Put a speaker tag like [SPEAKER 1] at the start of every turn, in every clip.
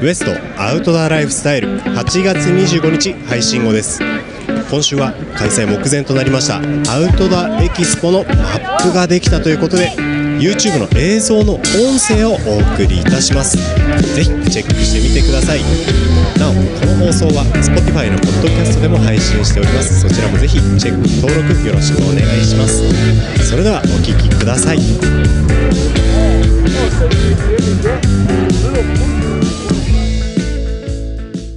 [SPEAKER 1] ウエストアウトドアライフスタイル8月25日配信後です今週は開催目前となりましたアウトドアエキスポのマップができたということで YouTube の映像の音声をお送りいたしますぜひチェックしてみてくださいなおこの放送は Spotify のポッドキャストでも配信しておりますそちらもぜひチェック登録よろしくお願いしますそれではお聴きください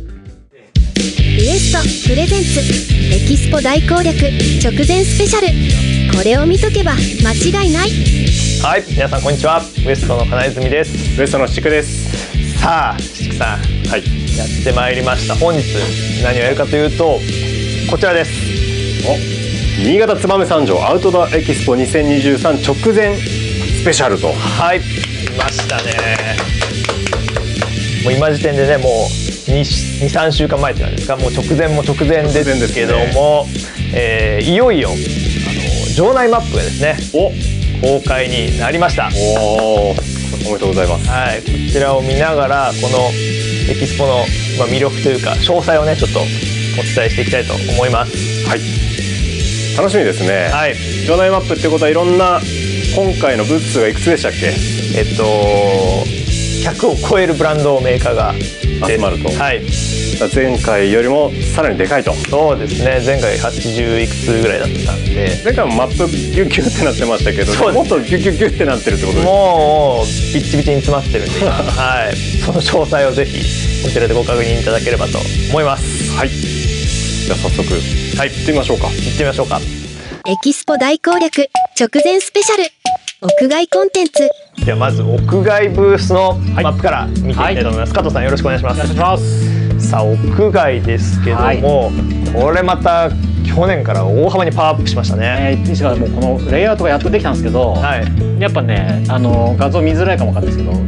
[SPEAKER 2] ウエストプレゼンツエキスポ大攻略直前スペシャルこれを見とけば間違いない
[SPEAKER 3] はい、皆さんこんにちは。ウエストの金泉です。
[SPEAKER 4] ウエストのしくです。
[SPEAKER 3] さあ、しくさん、
[SPEAKER 4] はい。
[SPEAKER 3] やってまいりました。本日何をやるかというと、こちらです。
[SPEAKER 4] お、新潟燕三条アウトドアエキスポ2023直前スペシャルと。
[SPEAKER 3] はい、来ましたね。もう今時点でね、もう二二三週間前ってなんですか、もう直前も直前ですけども、えーいよいよあの場内マップがですね、
[SPEAKER 4] お、
[SPEAKER 3] 公開になりました。
[SPEAKER 4] おお、おめでとうございます。
[SPEAKER 3] はい、こちらを見ながらこのエキスポのまあ魅力というか詳細をねちょっとお伝えしていきたいと思います。
[SPEAKER 4] はい。楽しみですね。
[SPEAKER 3] はい、
[SPEAKER 4] 場内マップってことはいろんな今回のブーツ数がいくつでしたっけ？
[SPEAKER 3] えっと100を超えるブランドメーカーが
[SPEAKER 4] 集まると
[SPEAKER 3] はい、
[SPEAKER 4] 前回よりもさらにでかいと。
[SPEAKER 3] そうですね。前回80いくつぐらいだったんで、
[SPEAKER 4] 前回もマップギュッギュッってなってましたけど、
[SPEAKER 3] そうです
[SPEAKER 4] もっとギュッギュッギュッってなってるってことですね。
[SPEAKER 3] もうビッチビチに詰まってるんで、 今はい、その詳細をぜひこちらでご確認いただければと思います。
[SPEAKER 4] はい。じゃあ早速
[SPEAKER 3] はい、
[SPEAKER 4] 行ってみましょうか。
[SPEAKER 3] 行ってみましょうか。
[SPEAKER 2] エキスポ大攻略直前スペシャル屋外コンテンツ
[SPEAKER 3] ではまず屋外ブースのマップから見ていきたいと思います、加藤さんよろしくお願いしますさあ屋外ですけども、
[SPEAKER 5] はい
[SPEAKER 3] これまた去年から大幅にパワーアップしましたね、
[SPEAKER 5] えー、西川もうこのレイアウトがやっとできたんですけど、
[SPEAKER 3] はい
[SPEAKER 5] やっぱねあの画像見づらいかもわかんないですけど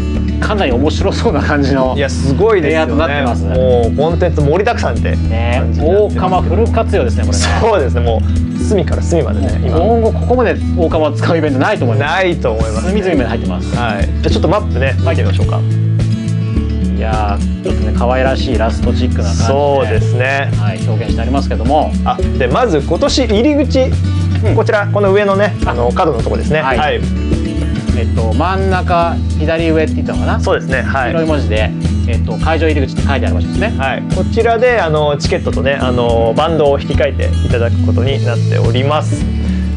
[SPEAKER 5] かなり面白そうな感じの
[SPEAKER 3] いやすごいですよね
[SPEAKER 5] レイアウトなってます
[SPEAKER 3] もうコンテンツ盛りだくさんって
[SPEAKER 5] ね
[SPEAKER 3] 感じになってま
[SPEAKER 5] 大
[SPEAKER 3] す
[SPEAKER 5] 釜フル活用ですねこれね
[SPEAKER 3] そうですねもう隅から隅までね今
[SPEAKER 5] 今後ここまで大釜使うイベントないと思います
[SPEAKER 3] ないと思います、
[SPEAKER 5] 隅々まで入ってます
[SPEAKER 3] はい、じゃあちょっとマップね見てみましょうか、
[SPEAKER 5] いやーちょっとね可愛らしいラストチックな感じで
[SPEAKER 3] そうですね
[SPEAKER 5] はい、表現してありますけども
[SPEAKER 3] あでまず今年入り口、こちらこの上のねあの角のとこですね
[SPEAKER 5] はいえっと真ん中左上って言ったのかな
[SPEAKER 3] そうですねはい
[SPEAKER 5] 白い文字で、えっと、会場入り口って書いてある場所ですね
[SPEAKER 3] はい、こちらであのチケットとねあのバンドを引き換えていただくことになっております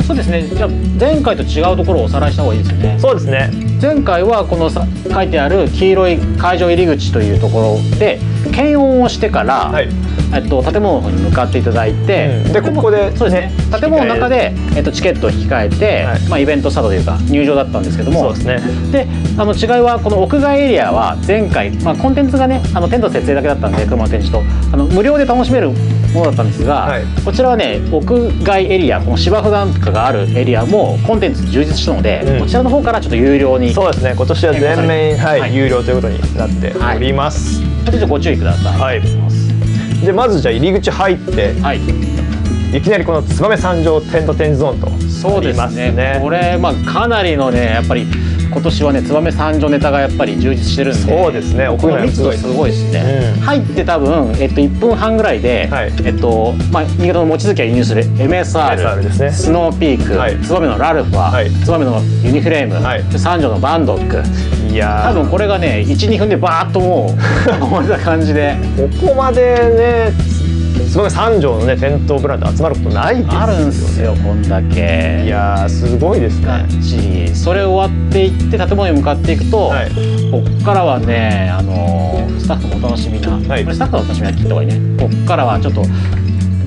[SPEAKER 5] そうですねじゃあ前回と違うところをおさらいした方がいいですよね
[SPEAKER 3] そうですね
[SPEAKER 5] 前回はこのさ書いてある黄色い会場入り口というところで検温をしてから、
[SPEAKER 3] はい
[SPEAKER 5] えっと、建物の方に向かっていただいて、
[SPEAKER 3] うんでここで
[SPEAKER 5] そうですね
[SPEAKER 3] ね
[SPEAKER 5] 建物の中で、えっと、チケットを引き換えて、
[SPEAKER 3] はい
[SPEAKER 5] まあ、イベントスタートというか入場だったんですけど
[SPEAKER 3] そう
[SPEAKER 5] も
[SPEAKER 3] ですね
[SPEAKER 5] であの違いはこの屋外エリアは前回、まあ、コンテンツがねあのテント設営だけだったんで車の展示とあの無料で楽しめるものだったんですが、
[SPEAKER 3] はい
[SPEAKER 5] こちらはね屋外エリアこの芝生なんかがあるエリアもコンテンツ充実したので、
[SPEAKER 3] うん
[SPEAKER 5] こちらの方からちょっと有料に
[SPEAKER 3] そうですね今年は全面、はい
[SPEAKER 5] はい
[SPEAKER 3] 有料ということになっております
[SPEAKER 5] ちょっとご注意ください。
[SPEAKER 3] はい、でまずじゃあ入り口入って
[SPEAKER 5] はい、
[SPEAKER 3] いきなりこの燕三条テント展示ゾーンと
[SPEAKER 5] そう
[SPEAKER 3] な
[SPEAKER 5] で
[SPEAKER 3] りますす
[SPEAKER 5] ね。
[SPEAKER 3] ね
[SPEAKER 5] これまあかなりのねやっぱり今年はね燕三条ネタがやっぱり充実してるんで、
[SPEAKER 3] そうですね
[SPEAKER 5] 奥
[SPEAKER 3] 屋内
[SPEAKER 5] の
[SPEAKER 3] も
[SPEAKER 5] 密
[SPEAKER 3] すご
[SPEAKER 5] 度
[SPEAKER 3] い
[SPEAKER 5] すごいですね。
[SPEAKER 3] うん
[SPEAKER 5] 入って多分えっと1分半ぐらいで、
[SPEAKER 3] はい
[SPEAKER 5] えっとまあ新潟の望月が輸入する MSR,
[SPEAKER 3] MSR ですね
[SPEAKER 5] スノーピーク、
[SPEAKER 3] はい
[SPEAKER 5] 燕のラルフ
[SPEAKER 3] はい
[SPEAKER 5] ァ、燕のユニフレーム、
[SPEAKER 3] はい
[SPEAKER 5] 三条のバンドック。
[SPEAKER 3] いや
[SPEAKER 5] 多
[SPEAKER 3] ー
[SPEAKER 5] 分これがね12分でバーッとも う終わった感じで。
[SPEAKER 3] ここまでねすごい三条のねテントブランド集まることないですよ
[SPEAKER 5] あるんすよこんだけ
[SPEAKER 3] いやーすごいです
[SPEAKER 5] が
[SPEAKER 3] ね
[SPEAKER 5] っちりそれ終わっていって建物に向かっていくと、
[SPEAKER 3] はい
[SPEAKER 5] こっからはね、あのースタッフもお楽しみな、
[SPEAKER 3] はい
[SPEAKER 5] これスタッフのお楽しみなって言った方がいいねこっからはちょっと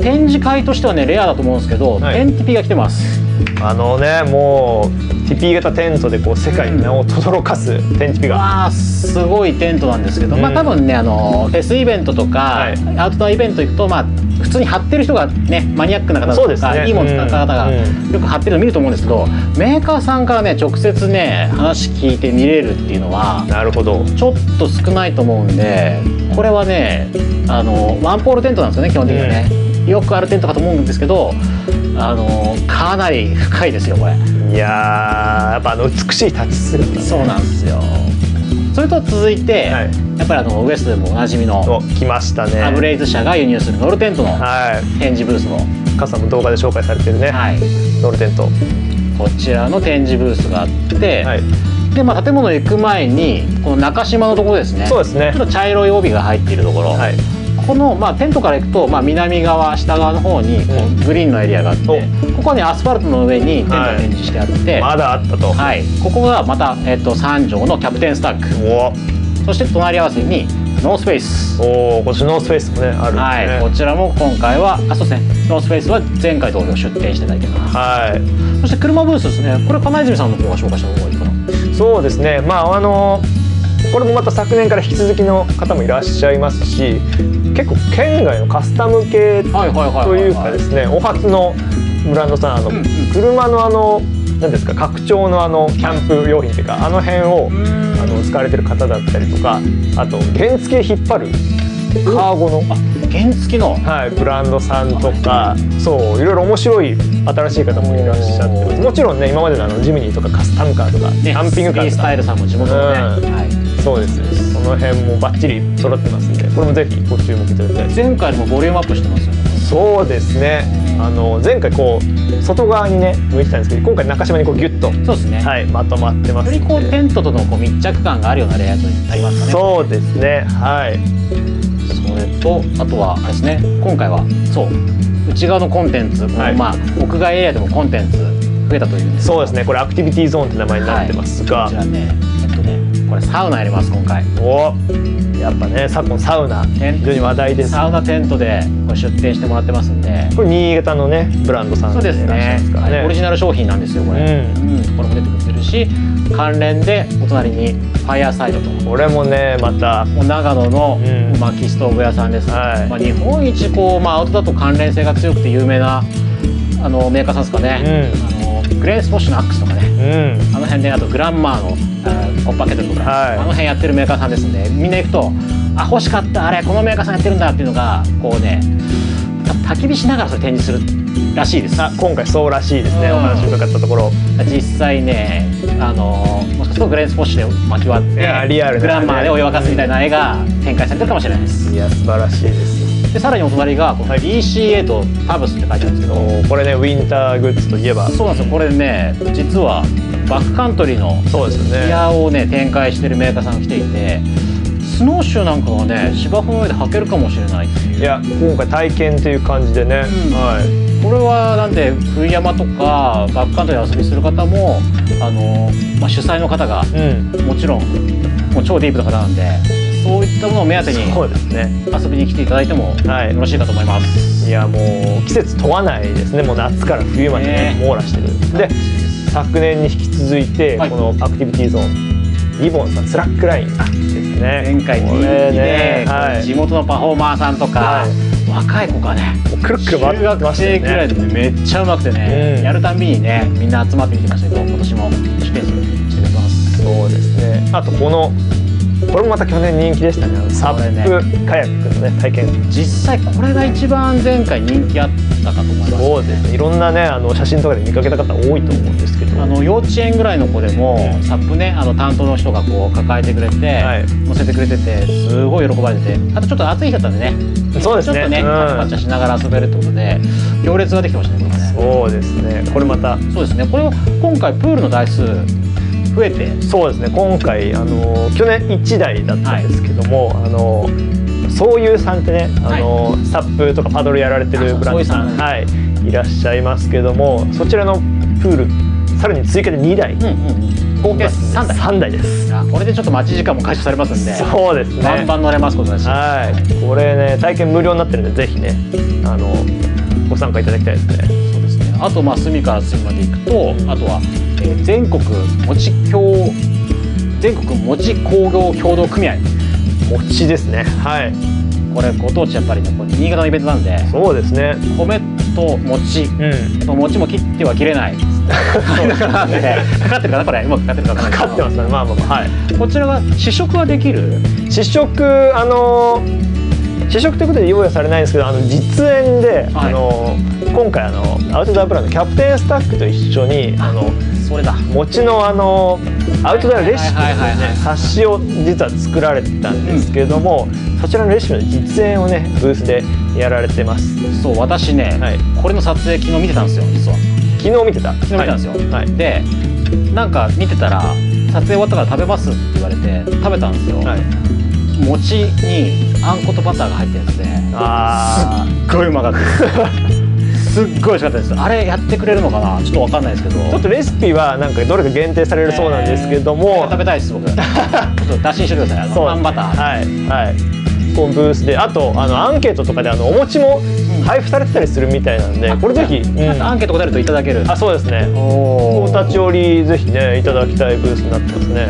[SPEAKER 5] 展示会としてはねレアだと思うんですけど、
[SPEAKER 3] はい
[SPEAKER 5] テンティピが来てます
[SPEAKER 3] あのねもう TP 型テントでこう世界に名を轟かすテンチピが、
[SPEAKER 5] わあすごいテントなんですけど、ま
[SPEAKER 3] う
[SPEAKER 5] あ
[SPEAKER 3] ん
[SPEAKER 5] 多分ねあのーフェスイベントとか、
[SPEAKER 3] はい
[SPEAKER 5] アウトドアイベント行くとまあ普通に貼ってる人がねマニアックな方
[SPEAKER 3] そう
[SPEAKER 5] と
[SPEAKER 3] です
[SPEAKER 5] か、
[SPEAKER 3] ね
[SPEAKER 5] いいもの使った方が
[SPEAKER 3] うん
[SPEAKER 5] よ
[SPEAKER 3] う
[SPEAKER 5] く貼ってるの見ると思うんですけど、メーカーさんからね直接ね話聞いて見れるっていうのは
[SPEAKER 3] なるほど
[SPEAKER 5] ちょっと少ないと思うんでこれはねあのワンポールテントなんですよね基本的にはね、よくあるテントかと思うんですけどあのかなり深いですよこれ
[SPEAKER 3] いやーやっぱあの美しい立ち姿
[SPEAKER 5] そうなんですよそれと続いて、
[SPEAKER 3] はい
[SPEAKER 5] やっぱりあのウエストでもおなじみの
[SPEAKER 3] お来ましたね
[SPEAKER 5] アブレイズ社が輸入するノルテントの
[SPEAKER 3] はい
[SPEAKER 5] 展示ブースも、
[SPEAKER 3] カさんも動画で紹介されてるね、
[SPEAKER 5] はい、
[SPEAKER 3] ノルテント
[SPEAKER 5] こちらの展示ブースがあって、
[SPEAKER 3] はい
[SPEAKER 5] で、まあ、建物行く前にこの中島のところですね
[SPEAKER 3] そうですね
[SPEAKER 5] ちょっと茶色い帯が入っているところ、
[SPEAKER 3] はい
[SPEAKER 5] この、まあ、テントから行くと、まあ、南側下側の方にこ
[SPEAKER 3] うん
[SPEAKER 5] うグリーンのエリアがあって、
[SPEAKER 3] お
[SPEAKER 5] ここにアスファルトの上にテントが展示してあって、
[SPEAKER 3] まだあったと、
[SPEAKER 5] はい、ここがまた、えっと、3畳のキャプテンスタックそして隣り合わせにノースペース
[SPEAKER 3] おおおこっちのスペースもねあるん
[SPEAKER 5] はい、こ
[SPEAKER 3] で
[SPEAKER 5] ちらも今回はあそうですねノースペースは前回同様出店していただいてます
[SPEAKER 3] すねはい
[SPEAKER 5] そして車ブースですねこれ金泉さんの方が紹介した方がいいかな
[SPEAKER 3] そうですねまああのこれもまた昨年から引き続きの方もいらっしゃいますし結構県外のカスタム系
[SPEAKER 5] はいはいはい
[SPEAKER 3] と
[SPEAKER 5] はいいうは
[SPEAKER 3] か
[SPEAKER 5] い
[SPEAKER 3] ですねお初のブランドさんあの
[SPEAKER 5] うんうん
[SPEAKER 3] 車のあの何ですか拡張のあのキャンプ用品っていうかあの辺をあの使われてる方だったりとかあと原付引っ張るカーゴの、
[SPEAKER 5] 原付の
[SPEAKER 3] はい、ブランドさんとかそういろいろ面白い新しい方もいらっしゃってますもちろんね今までのあのジムニーとかカスタムカーとか、キ
[SPEAKER 5] ね
[SPEAKER 3] ャンピングカ
[SPEAKER 5] ス
[SPEAKER 3] ー
[SPEAKER 5] リー
[SPEAKER 3] と
[SPEAKER 5] ス
[SPEAKER 3] か
[SPEAKER 5] タイルさんも地元のね、
[SPEAKER 3] うん
[SPEAKER 5] は
[SPEAKER 3] そうですねその辺もバッチリ揃ってますんでこれもぜひご注目いただきたい
[SPEAKER 5] い、前回よりもボリュームアップしてますよね
[SPEAKER 3] そうですねあの前回こう外側にね向いてたんですけど今回中島にこうギュッと、
[SPEAKER 5] そうですね、
[SPEAKER 3] はい、まとまってますんで
[SPEAKER 5] よりこうテントとのこう密着感があるようなレイアウトになりますかね
[SPEAKER 3] そうですねはい
[SPEAKER 5] それとあとはあれですね今回はそう内側のコンテンツ、
[SPEAKER 3] はい
[SPEAKER 5] まあ屋外エリアでもコンテンツ増えたというんです
[SPEAKER 3] そうですねこれアクティビティゾーンって名前になってますが、
[SPEAKER 5] こちらねえっとねこれサウナやります今回
[SPEAKER 3] おやっぱね昨今サウナ非常に話題です
[SPEAKER 5] サウナテントでこれ出店してもらってますんで
[SPEAKER 3] これ新潟のねブランドさん
[SPEAKER 5] そうです
[SPEAKER 3] いらっしゃい
[SPEAKER 5] ね
[SPEAKER 3] ますから
[SPEAKER 5] はいオリジナル商品なんですよこれ、
[SPEAKER 3] う
[SPEAKER 5] うんこれも出てくれてるし関連でお隣にファイアサイドと
[SPEAKER 3] これもねまた
[SPEAKER 5] もう長野の
[SPEAKER 3] うん
[SPEAKER 5] 薪ストーブ屋さんです、
[SPEAKER 3] はい
[SPEAKER 5] まあ、日本一こう、まあ、アウトだと関連性が強くて有名なあのメーカーさんですかね、あのグレース・ポッシュのアックスとかね
[SPEAKER 3] うん
[SPEAKER 5] あの辺であとグランマーのあーコッパケットとか、
[SPEAKER 3] はい
[SPEAKER 5] あの辺やってるメーカーさんですんでみんな行くとあ欲しかったあれこのメーカーさんやってるんだっていうのがこうねた焚き火しながらそれ展示するらしいです
[SPEAKER 3] あ今回そうらしいですね
[SPEAKER 5] うん
[SPEAKER 3] お話伺ったところ
[SPEAKER 5] 実際ねあのもしかするとグレース・ポッシュで巻き割っ
[SPEAKER 3] いや
[SPEAKER 5] て
[SPEAKER 3] リアルな
[SPEAKER 5] グランマーでお湯沸かすみたいな絵が展開されてるかもしれないです
[SPEAKER 3] いや素晴らしいです
[SPEAKER 5] でさらにお隣がこの BCA とタブスって書いてあるんですけど、
[SPEAKER 3] おこれねウィンターグッズといえば
[SPEAKER 5] そうなんですよこれね実はバックカントリーの
[SPEAKER 3] そうですよ
[SPEAKER 5] ギ
[SPEAKER 3] ね
[SPEAKER 5] アをね展開してるメーカーさんが来ていてスノーシューなんかはね芝生の上で履けるかもしれないっていう
[SPEAKER 3] いや今回体験という感じでね、
[SPEAKER 5] うん
[SPEAKER 3] はい
[SPEAKER 5] これはなんで冬山とかバックカントリーで遊びする方もあの、まあ、主催の方が
[SPEAKER 3] うん
[SPEAKER 5] もちろんもう超ディープな方なんでそういったものを目当てに
[SPEAKER 3] そうですね
[SPEAKER 5] 遊びに来ていただいても
[SPEAKER 3] はい
[SPEAKER 5] よろしいかと思います。
[SPEAKER 3] いやもう季節問わないですねもう夏から冬までね
[SPEAKER 5] ね
[SPEAKER 3] 網羅してるで昨年に引き続いて
[SPEAKER 5] はい
[SPEAKER 3] このアクティビティゾーンリボンさんスラックラインですね
[SPEAKER 5] 前回人
[SPEAKER 3] こ
[SPEAKER 5] 気
[SPEAKER 3] れ
[SPEAKER 5] で、
[SPEAKER 3] ねはい
[SPEAKER 5] 地元のパフォーマーさんとか、
[SPEAKER 3] は
[SPEAKER 5] 若い子がね
[SPEAKER 3] くるく
[SPEAKER 5] 中
[SPEAKER 3] る回ってま
[SPEAKER 5] 学
[SPEAKER 3] した
[SPEAKER 5] 生くらい
[SPEAKER 3] よ
[SPEAKER 5] で
[SPEAKER 3] ね
[SPEAKER 5] めっちゃうまくてね、
[SPEAKER 3] うん
[SPEAKER 5] やるたんびにねみんな集まってきてましたけど今年も出店してくれます
[SPEAKER 3] そうですねあとこのこれもまた去年人気でしたねあのサッ
[SPEAKER 5] これ
[SPEAKER 3] プカヤックのね体験
[SPEAKER 5] 実際これが一番前回人気あったかと思います
[SPEAKER 3] そうですねいろんなねあの写真とかで見かけた方多いと思うんですけど
[SPEAKER 5] あの幼稚園ぐらいの子でも
[SPEAKER 3] うん
[SPEAKER 5] サップねあの担当の人がこう抱えてくれて、
[SPEAKER 3] はい
[SPEAKER 5] 乗せてくれててすごい喜ばれててあとちょっと暑い日だったんでね
[SPEAKER 3] そうですね
[SPEAKER 5] ちょっとね
[SPEAKER 3] うん
[SPEAKER 5] カチャカチャしながら遊べるってことで行列ができてましたねこれね
[SPEAKER 3] そうですねこれまた
[SPEAKER 5] そうですね。これを今回プールの台数増えて、
[SPEAKER 3] そうですね今回あの去年1台だったんですけども、あのそういうさんってねあの、サップとかパドルやられてる
[SPEAKER 5] あ
[SPEAKER 3] ブランドさ、
[SPEAKER 5] そうんいうさん
[SPEAKER 3] はい、いらっしゃいますけどもそちらのプールさらに追加で2台、
[SPEAKER 5] うんうんうん。合計3台。
[SPEAKER 3] 3台です
[SPEAKER 5] あこれでちょっと待ち時間も解消されますんで、
[SPEAKER 3] そうですね
[SPEAKER 5] バンバン乗れますことだし。
[SPEAKER 3] はいこれね体験無料になってるんでぜひねあのご参加いただきたいですね
[SPEAKER 5] そうですね。あとまあ隅から隅まで行くと、あとは、えー全国もち協全国もち工業協同組合。
[SPEAKER 3] 餅ですねはい
[SPEAKER 5] これご当地やっぱりね、これ新潟のイベントなんで、
[SPEAKER 3] そうですね
[SPEAKER 5] 米と餅。
[SPEAKER 3] うん
[SPEAKER 5] 餅も切っては切れない。だからなんで、かかってるかなこれ、うまくかかってるかな。
[SPEAKER 3] 勝ってますねまあまあまあはい
[SPEAKER 5] こちらは試食はできる。
[SPEAKER 3] 試食あの試食ということで用意はされないんですけどあの実演で、あ
[SPEAKER 5] はい
[SPEAKER 3] の今回あのアウトドアプランのキャプテンスタックと一緒にあの
[SPEAKER 5] それだ
[SPEAKER 3] 餅のあのアウトドアレシピの
[SPEAKER 5] はいはいはいは
[SPEAKER 3] ね
[SPEAKER 5] い
[SPEAKER 3] 冊子を実は作られてたんですけれども、そちらのレシピの実演をねブースでやられてます
[SPEAKER 5] そう私ね、
[SPEAKER 3] はい
[SPEAKER 5] これの撮影昨日見てたんですよ実は
[SPEAKER 3] 昨日見てた
[SPEAKER 5] 昨日見たんですよ、
[SPEAKER 3] はいはい
[SPEAKER 5] でなんか見てたら「撮影終わったから食べます」って言われて食べたんですよ、
[SPEAKER 3] はい
[SPEAKER 5] 餅にあんことバターが入ってるやつで
[SPEAKER 3] あ
[SPEAKER 5] すっごいうまかっ たですすっごい美味しかったですあれやってくれるのかなちょっとわかんないですけど
[SPEAKER 3] ーちょっとレシピはなんかどれか限定されるそうなんですけど
[SPEAKER 5] えー
[SPEAKER 3] も、
[SPEAKER 5] 食べたい です僕ちょっと打診してくださいあ
[SPEAKER 3] そう
[SPEAKER 5] のあんバター、
[SPEAKER 3] はいはいこうブースであとあのアンケートとかであのお餅も配布されてたりするみたいなんで、これぜひ、う
[SPEAKER 5] アン
[SPEAKER 3] ん、
[SPEAKER 5] ケート答えるといただける
[SPEAKER 3] あそうですね
[SPEAKER 5] お
[SPEAKER 3] お立ち寄りぜひねいただきたいブースになってますね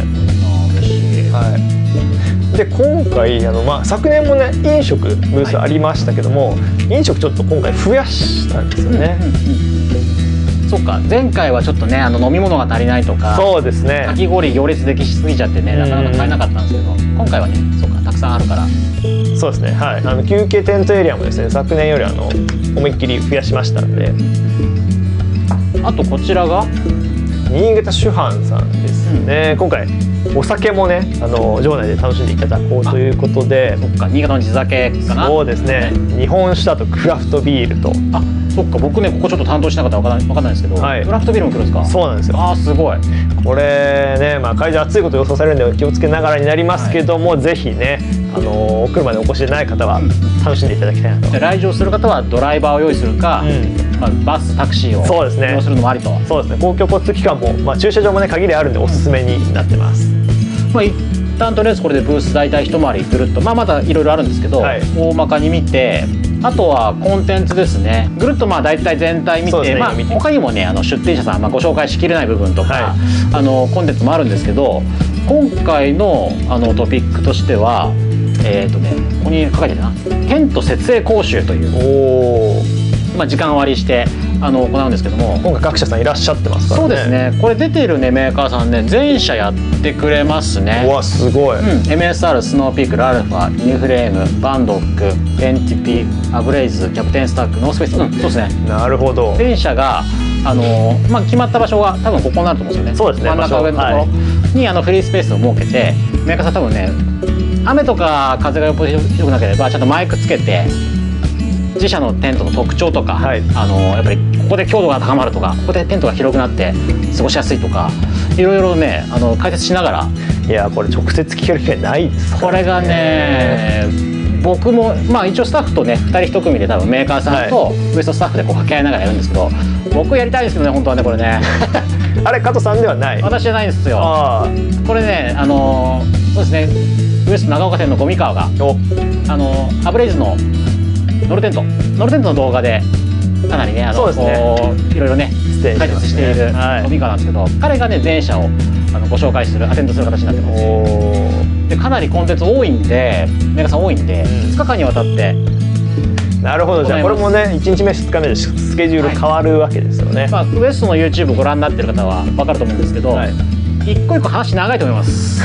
[SPEAKER 5] 嬉しい
[SPEAKER 3] はい、で今回あの、まあ、昨年もね飲食ブースありましたけども、飲食ちょっと今回増やしたんですよね、
[SPEAKER 5] そっか前回はちょっとねあの飲み物が足りないとか
[SPEAKER 3] そうですね
[SPEAKER 5] かき氷行列できしすぎちゃってねなかなか買えなかったんですけど今回はねそうかたくさんあるから
[SPEAKER 3] そうですねはいあの休憩テントエリアもですね昨年よりあの思いっきり増やしましたんで
[SPEAKER 5] あとこちらが
[SPEAKER 3] 新潟酒販さんですね、今回お酒もねあの場内で楽しんでいただこうということで
[SPEAKER 5] そっか新潟の地酒かな
[SPEAKER 3] そうですね日本酒だとクラフトビールと
[SPEAKER 5] あそっか僕ねここちょっと担当しなかったからわかんわかんないんですけど、
[SPEAKER 3] はい
[SPEAKER 5] クラフトビールも来るんですか
[SPEAKER 3] そうなんですよ
[SPEAKER 5] あーすごい
[SPEAKER 3] これね、まあ、会場暑いこと予想されるんで気をつけながらになりますけども、ぜひね、あのーお車でお越しでない方は楽しんでいただきたいなと、
[SPEAKER 5] で来場する方はドライバーを用意するか、
[SPEAKER 3] うん
[SPEAKER 5] まあ、バスタクシーを
[SPEAKER 3] そうですね
[SPEAKER 5] 利用するのもありと、
[SPEAKER 3] そうですね公共交通機関も、まあ、駐車場もね限りあるんでおすすめになってます
[SPEAKER 5] まあ、一旦とりあえずこれでブース大体一回りぐるっと、まあ、まだいろいろあるんですけど、
[SPEAKER 3] はい
[SPEAKER 5] 大まかに見てあとはコンテンツですねぐるっとまあ大体全体見
[SPEAKER 3] そう
[SPEAKER 5] て、
[SPEAKER 3] ですね
[SPEAKER 5] まあ、
[SPEAKER 3] 見て
[SPEAKER 5] 他にもねあの出店者さん、まあ、ご紹介しきれない部分とか、
[SPEAKER 3] はい
[SPEAKER 5] あのコンテンツもあるんですけど今回のあのトピックとしてはえっ、とねここに書かれてるな「県と設営講習」という、
[SPEAKER 3] おお
[SPEAKER 5] まあ、時間割りしてあの行うんですけども
[SPEAKER 3] 今回各社さんいらっしゃってますからね
[SPEAKER 5] そうですねこれ出てるねメーカーさんね全社やってくれますね
[SPEAKER 3] うわすごい、
[SPEAKER 5] うん、MSR スノーピークルアルファニューフレームバンドックエンティピアブレイズキャプテンスタックノースペースうんそうですね
[SPEAKER 3] なるほど
[SPEAKER 5] 電車があのーまあ、決まった場所が多分ここになると思うんですよね
[SPEAKER 3] そうですね
[SPEAKER 5] 真ん中
[SPEAKER 3] 場所
[SPEAKER 5] 上のところに、あのフリースペースを設けてメーカーさん多分ね雨とか風がよっぽどひどくなければちゃんとマイクつけて自社のテントの特徴とか、
[SPEAKER 3] はい
[SPEAKER 5] あのーやっぱりここで強度が高まるとかここでテントが広くなって過ごしやすいとかいろいろねあの解説しながら
[SPEAKER 3] いやこれ直接聞ける機会ないですから
[SPEAKER 5] これがね僕もまあ一応スタッフとね2人1組で多分メーカーさんとウエストスタッフでこう掛け合いながらやるんですけど僕やりたいんですけどね本当はねこれ ね
[SPEAKER 3] あれ加藤さんではない
[SPEAKER 5] 私じゃないんですよ
[SPEAKER 3] ああ
[SPEAKER 5] これねあのーそうですねウエスト長岡店のゴミ川が
[SPEAKER 3] お
[SPEAKER 5] あのーアブレイズのノルテントノルテントの動画でかなりねあ
[SPEAKER 3] そう
[SPEAKER 5] の
[SPEAKER 3] ですね
[SPEAKER 5] こういろいろね
[SPEAKER 3] ステージ
[SPEAKER 5] 解説しているゴミ川なんですけど彼がね全社をあのご紹介するアテンドする形になってます
[SPEAKER 3] おー
[SPEAKER 5] でかなりコンテンツ多いんでメーカーさん多いんで、
[SPEAKER 3] うん
[SPEAKER 5] 2日間にわたって、
[SPEAKER 3] なるほどじゃあこれもね1日目2日目でスケジュール変わるわけですよね、
[SPEAKER 5] まあ、ウエストの YouTube ご覧になってる方は分かると思うんですけど、
[SPEAKER 3] はい
[SPEAKER 5] 一個一個話長いと思います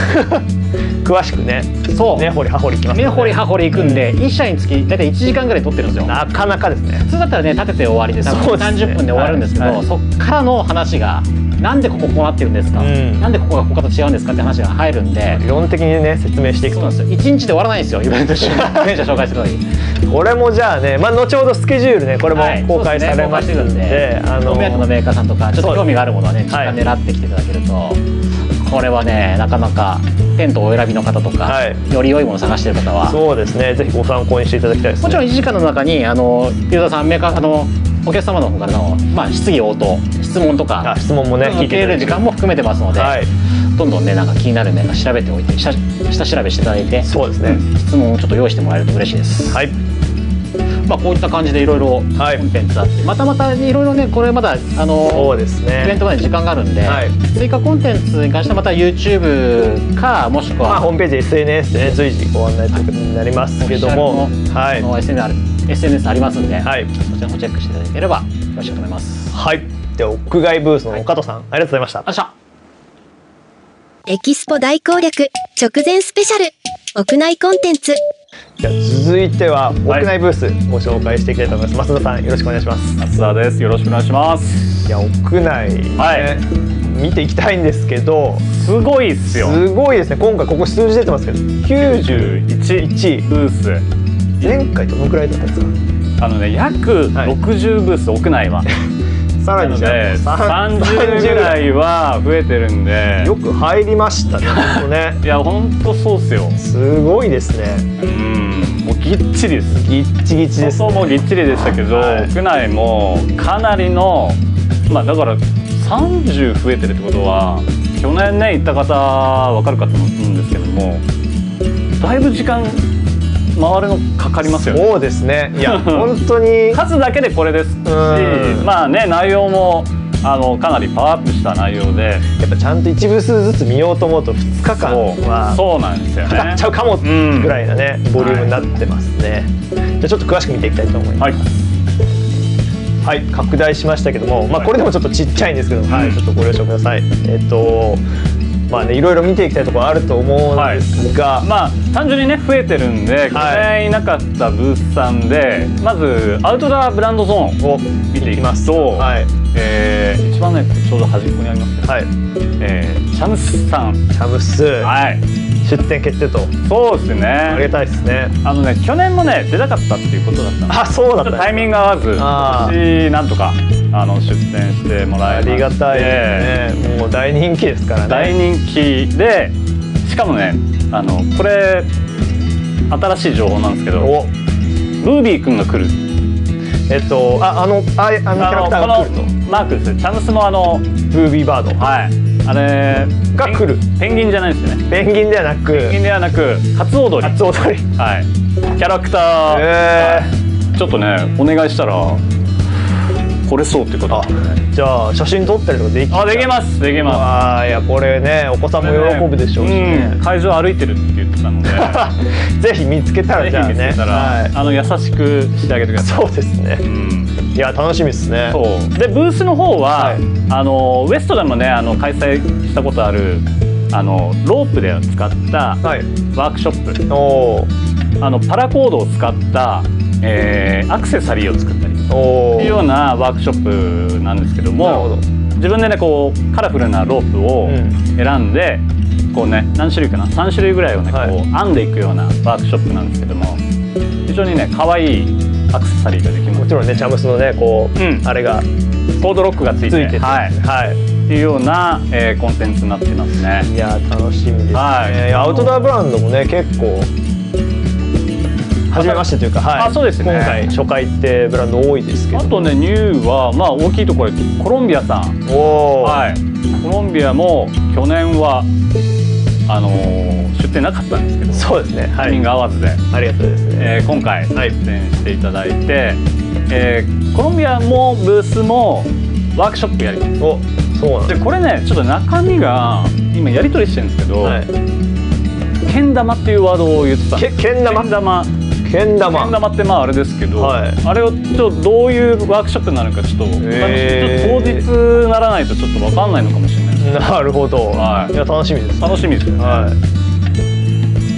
[SPEAKER 3] 詳しくね
[SPEAKER 5] そう
[SPEAKER 3] 根掘り葉掘りきますね
[SPEAKER 5] 根掘り葉掘り行くんで、一社につき大体1時間ぐらい撮ってるんですよ
[SPEAKER 3] なかなかですね
[SPEAKER 5] 普通だったらね立てて終わりで多
[SPEAKER 3] そう
[SPEAKER 5] 分
[SPEAKER 3] ですね
[SPEAKER 5] 30分で終わるんですけど、
[SPEAKER 3] はいはい
[SPEAKER 5] そっからの話がなんでこここうなってるんですか、
[SPEAKER 3] うん
[SPEAKER 5] なんでここが他と違うんですかって話が入るんで
[SPEAKER 3] 理論的にね説明していく
[SPEAKER 5] そう
[SPEAKER 3] と
[SPEAKER 5] なんですよ1日で終わらないんですよイベン ト中全社紹介するのに
[SPEAKER 3] これもじゃあね、まあ、後ほどスケジュールねこれも
[SPEAKER 5] はい
[SPEAKER 3] 公開されます
[SPEAKER 5] そう
[SPEAKER 3] の
[SPEAKER 5] です
[SPEAKER 3] で、
[SPEAKER 5] ね公開してくるんで、
[SPEAKER 3] あの
[SPEAKER 5] お目当てのメーカーさんとかちょっ
[SPEAKER 3] そう
[SPEAKER 5] と興味があるものはね時
[SPEAKER 3] はい
[SPEAKER 5] 間狙ってきていただけると、これはねなかなかテントをお選びの方とか、
[SPEAKER 3] はい
[SPEAKER 5] より良いものを探してる方は
[SPEAKER 3] そうですねぜひご参考にしていただきたいです、ね、
[SPEAKER 5] もちろん1時間の中にあのユーザーさんメーカーあのお客様の方からの、まあ、質疑応答質問とか
[SPEAKER 3] あ質問もね聞
[SPEAKER 5] 受
[SPEAKER 3] いて
[SPEAKER 5] け入れる時間も含めてますので、
[SPEAKER 3] はい
[SPEAKER 5] どんどんねなんか気になるメーカー調べておいて下下調べしていただいて
[SPEAKER 3] そうですね
[SPEAKER 5] 質問をちょっと用意してもらえると嬉しいです。
[SPEAKER 3] はい
[SPEAKER 5] まあ、こういった感じでいろいろコン
[SPEAKER 3] はい
[SPEAKER 5] テンツあって、またまたいろいろねこれまだあ
[SPEAKER 3] そ
[SPEAKER 5] の
[SPEAKER 3] うです
[SPEAKER 5] イベン
[SPEAKER 3] ね
[SPEAKER 5] トまで時間があるんで、
[SPEAKER 3] はい
[SPEAKER 5] 追加コンテンツに関してはまた YouTube かもしく
[SPEAKER 3] まあ、
[SPEAKER 5] は
[SPEAKER 3] ホームページ SNS でね随時ご案内ということになりますけども
[SPEAKER 5] オフィシャルの
[SPEAKER 3] はい
[SPEAKER 5] あの SNS, ありますんで、
[SPEAKER 3] はい
[SPEAKER 5] そちらもチェックしていただければよろしいかと思います。
[SPEAKER 3] はいでは屋外ブースの岡戸さん、ありがとうございました
[SPEAKER 5] あっしゃ
[SPEAKER 2] エキスポ大攻略直前スペシャル屋内コンテンツ
[SPEAKER 3] じゃあ続いては屋内ブースご紹介していきたいと思います、増田さんよろしくお願いします
[SPEAKER 6] 松田ですよろしくお願いします
[SPEAKER 3] いや屋内、ね
[SPEAKER 6] はい
[SPEAKER 3] 見ていきたいんですけど
[SPEAKER 6] すごいっすよ
[SPEAKER 3] すごいですね今回ここ数字出てますけど91
[SPEAKER 6] 91ブース
[SPEAKER 3] 前回どのくらいだったんですか
[SPEAKER 6] あのね約
[SPEAKER 3] はい
[SPEAKER 6] 60ブース、屋内は
[SPEAKER 3] さ
[SPEAKER 6] な
[SPEAKER 3] ら
[SPEAKER 6] の
[SPEAKER 3] にじ
[SPEAKER 6] で
[SPEAKER 3] ゃあ
[SPEAKER 6] 30ぐらいは増えてるんで
[SPEAKER 3] よく入りましたねほんとね
[SPEAKER 6] いやほんとそうっすよ
[SPEAKER 3] すごいですね
[SPEAKER 6] うんもうぎっちりです
[SPEAKER 3] ギッチギチです
[SPEAKER 6] 外もぎっちりでしたけど、
[SPEAKER 3] はい
[SPEAKER 6] 屋内もかなりのまあだから30増えてるってことは去年ね行った方わかるかと思うんですけどもだいぶ時間回るのかかりますよね
[SPEAKER 3] そうですね いや本当に
[SPEAKER 6] 数だけでこれですし
[SPEAKER 3] ん
[SPEAKER 6] まあね内容もあのかなりパワーアップした内容で
[SPEAKER 3] やっぱちゃんと1ブースずつ見ようと思うと2日間
[SPEAKER 6] そう
[SPEAKER 3] は
[SPEAKER 6] そうなんですよ
[SPEAKER 3] かか
[SPEAKER 6] ね
[SPEAKER 3] っちゃうかもぐらいのね、ボリュームになってますね、じゃあちょっと詳しく見ていきたいと思います
[SPEAKER 6] はい
[SPEAKER 3] はい、拡大しましたけども、まあ、
[SPEAKER 6] はい
[SPEAKER 3] これでもちょっとちっちゃいんですけども、
[SPEAKER 6] はい
[SPEAKER 3] ちょっとご了承くださいえっ、とまあねいろいろ見ていきたいところあると思うんですが、
[SPEAKER 6] まあ単純にね増えてるんでこれいなかったブースさんで、まずアウトドアブランドゾーンを見ていきますと
[SPEAKER 3] はい
[SPEAKER 6] えー一番ねちょうど端っこにありますね、
[SPEAKER 3] はい
[SPEAKER 6] えーシャムスさん
[SPEAKER 3] チャムス、
[SPEAKER 6] はい
[SPEAKER 3] 出店決定と
[SPEAKER 6] そうです
[SPEAKER 3] あげ
[SPEAKER 6] ね
[SPEAKER 3] たいですね
[SPEAKER 6] あのね去年もね出たかったっていうことだったんです
[SPEAKER 3] あそうだっ
[SPEAKER 6] ちょったとタイミング合わず
[SPEAKER 3] あ
[SPEAKER 6] 今年なんとかあの出店してもら
[SPEAKER 3] あ
[SPEAKER 6] えまして
[SPEAKER 3] りがたいですね、もう大人気ですからね
[SPEAKER 6] 大人気でしかもねあのこれ新しい情報なんですけど
[SPEAKER 3] お
[SPEAKER 6] ブービー君が来る
[SPEAKER 3] えっとああのああのキャラクターが来る
[SPEAKER 6] このマークですチャムスもあの
[SPEAKER 3] とブービーバード
[SPEAKER 6] はいあれ
[SPEAKER 3] が来る
[SPEAKER 6] ペンペンギンじゃないですよね
[SPEAKER 3] ペンギンではなく
[SPEAKER 6] ペンギンではなくカツオドリ
[SPEAKER 3] 初踊り
[SPEAKER 6] はいキャラクター、
[SPEAKER 3] へ
[SPEAKER 6] はいちょっとねお願いしたら来れそうってことあ
[SPEAKER 3] じゃあ写真撮ったりとかでき
[SPEAKER 6] あできますできます
[SPEAKER 3] ああいやこれねお子さんも喜ぶでしょうしね
[SPEAKER 6] うん会場歩いてるって言って たので
[SPEAKER 3] ぜひ見つけたら
[SPEAKER 6] ぜ
[SPEAKER 3] じゃ
[SPEAKER 6] ひ
[SPEAKER 3] あ
[SPEAKER 6] 見つ
[SPEAKER 3] ね
[SPEAKER 6] けたら、
[SPEAKER 3] はい
[SPEAKER 6] あの優しくしてあげてください
[SPEAKER 3] そうですね
[SPEAKER 6] うん
[SPEAKER 3] いや楽しみですね
[SPEAKER 6] そうでブースの方は、
[SPEAKER 3] はい
[SPEAKER 6] あのウエストでもねあの開催したことあるあのロープで使った
[SPEAKER 3] はい
[SPEAKER 6] ワークショップ
[SPEAKER 3] お
[SPEAKER 6] あのパラコードを使った、えーアクセサリーを作ったりっ
[SPEAKER 3] ーお
[SPEAKER 6] ていうよ
[SPEAKER 3] ー
[SPEAKER 6] うなワークショップなんですけども
[SPEAKER 3] なるほど
[SPEAKER 6] 自分でねこうカラフルなロープを
[SPEAKER 3] うん
[SPEAKER 6] 選んで、こうね何種類かな3種類ぐらいをね、
[SPEAKER 3] はい
[SPEAKER 6] こう編んでいくようなワークショップなんですけども非常にね可愛いアクセサリーができま
[SPEAKER 3] も
[SPEAKER 6] す
[SPEAKER 3] ちろんねチャムスのねこう、
[SPEAKER 6] うん
[SPEAKER 3] あれが
[SPEAKER 6] コードロックがついて
[SPEAKER 3] ついてて
[SPEAKER 6] はい
[SPEAKER 3] はい
[SPEAKER 6] っていうような、えーコンテンツになってますね。
[SPEAKER 3] いや楽しみですね、
[SPEAKER 6] はい
[SPEAKER 3] いやアウトドアブランドもね結構初めましてというか、はい、
[SPEAKER 6] あそうですね
[SPEAKER 3] 今回初回ってブランド多いですけ
[SPEAKER 6] あ
[SPEAKER 3] ど
[SPEAKER 6] とねニューはまあ大きいところでコロンビアさん、
[SPEAKER 3] おお、
[SPEAKER 6] はい、コロンビアも去年はあのー出店なかったんですけど、
[SPEAKER 3] そうですね
[SPEAKER 6] タ
[SPEAKER 3] は
[SPEAKER 6] イミン
[SPEAKER 3] い
[SPEAKER 6] グ合わずで、
[SPEAKER 3] ありがとうですね、
[SPEAKER 6] えー今回出店していただいて、えーコロンビアもブースもワークショップやります
[SPEAKER 3] おそうなんで
[SPEAKER 6] でこれねちょっと中身が今やり取りしてるんですけど、
[SPEAKER 3] すね
[SPEAKER 6] けん玉っていうワードを言ってたん
[SPEAKER 3] け
[SPEAKER 6] です
[SPEAKER 3] けん玉
[SPEAKER 6] けん玉
[SPEAKER 3] けん玉
[SPEAKER 6] けん玉ってまああれですけど、
[SPEAKER 3] はい
[SPEAKER 6] あれをちょっとどういうワークショップになるかちょっと,、
[SPEAKER 3] へ
[SPEAKER 6] 当
[SPEAKER 3] ー
[SPEAKER 6] 日ならないとちょっと分かんないのかもしれない
[SPEAKER 3] なるほど、
[SPEAKER 6] はい
[SPEAKER 3] いや楽しみです
[SPEAKER 6] 楽しみですよね、
[SPEAKER 3] はい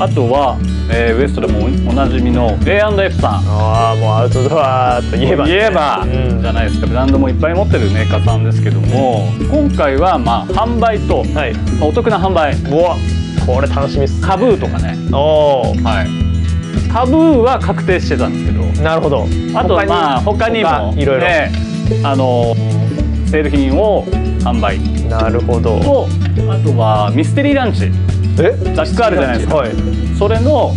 [SPEAKER 6] あとは、えーウエストでもおなじみの A&F さん
[SPEAKER 3] ああもうアウトドアといえば、ね、
[SPEAKER 6] 言えば
[SPEAKER 3] うん
[SPEAKER 6] じゃないですかブランドもいっぱい持ってるメーカーさんですけども今回はまあ販売と、
[SPEAKER 3] はいう
[SPEAKER 6] まあお得な販売
[SPEAKER 3] わこれ楽しみっす
[SPEAKER 6] カブーとかね、
[SPEAKER 3] おお
[SPEAKER 6] はい、カブーは確定してたんですけど
[SPEAKER 3] なるほど
[SPEAKER 6] あとまあ他にも
[SPEAKER 3] いろいろ、
[SPEAKER 6] ねあのセール品を販売
[SPEAKER 3] なるほど
[SPEAKER 6] とあとはミステリーランチ
[SPEAKER 3] え
[SPEAKER 6] ザックあるじゃないですか
[SPEAKER 3] はい
[SPEAKER 6] それの、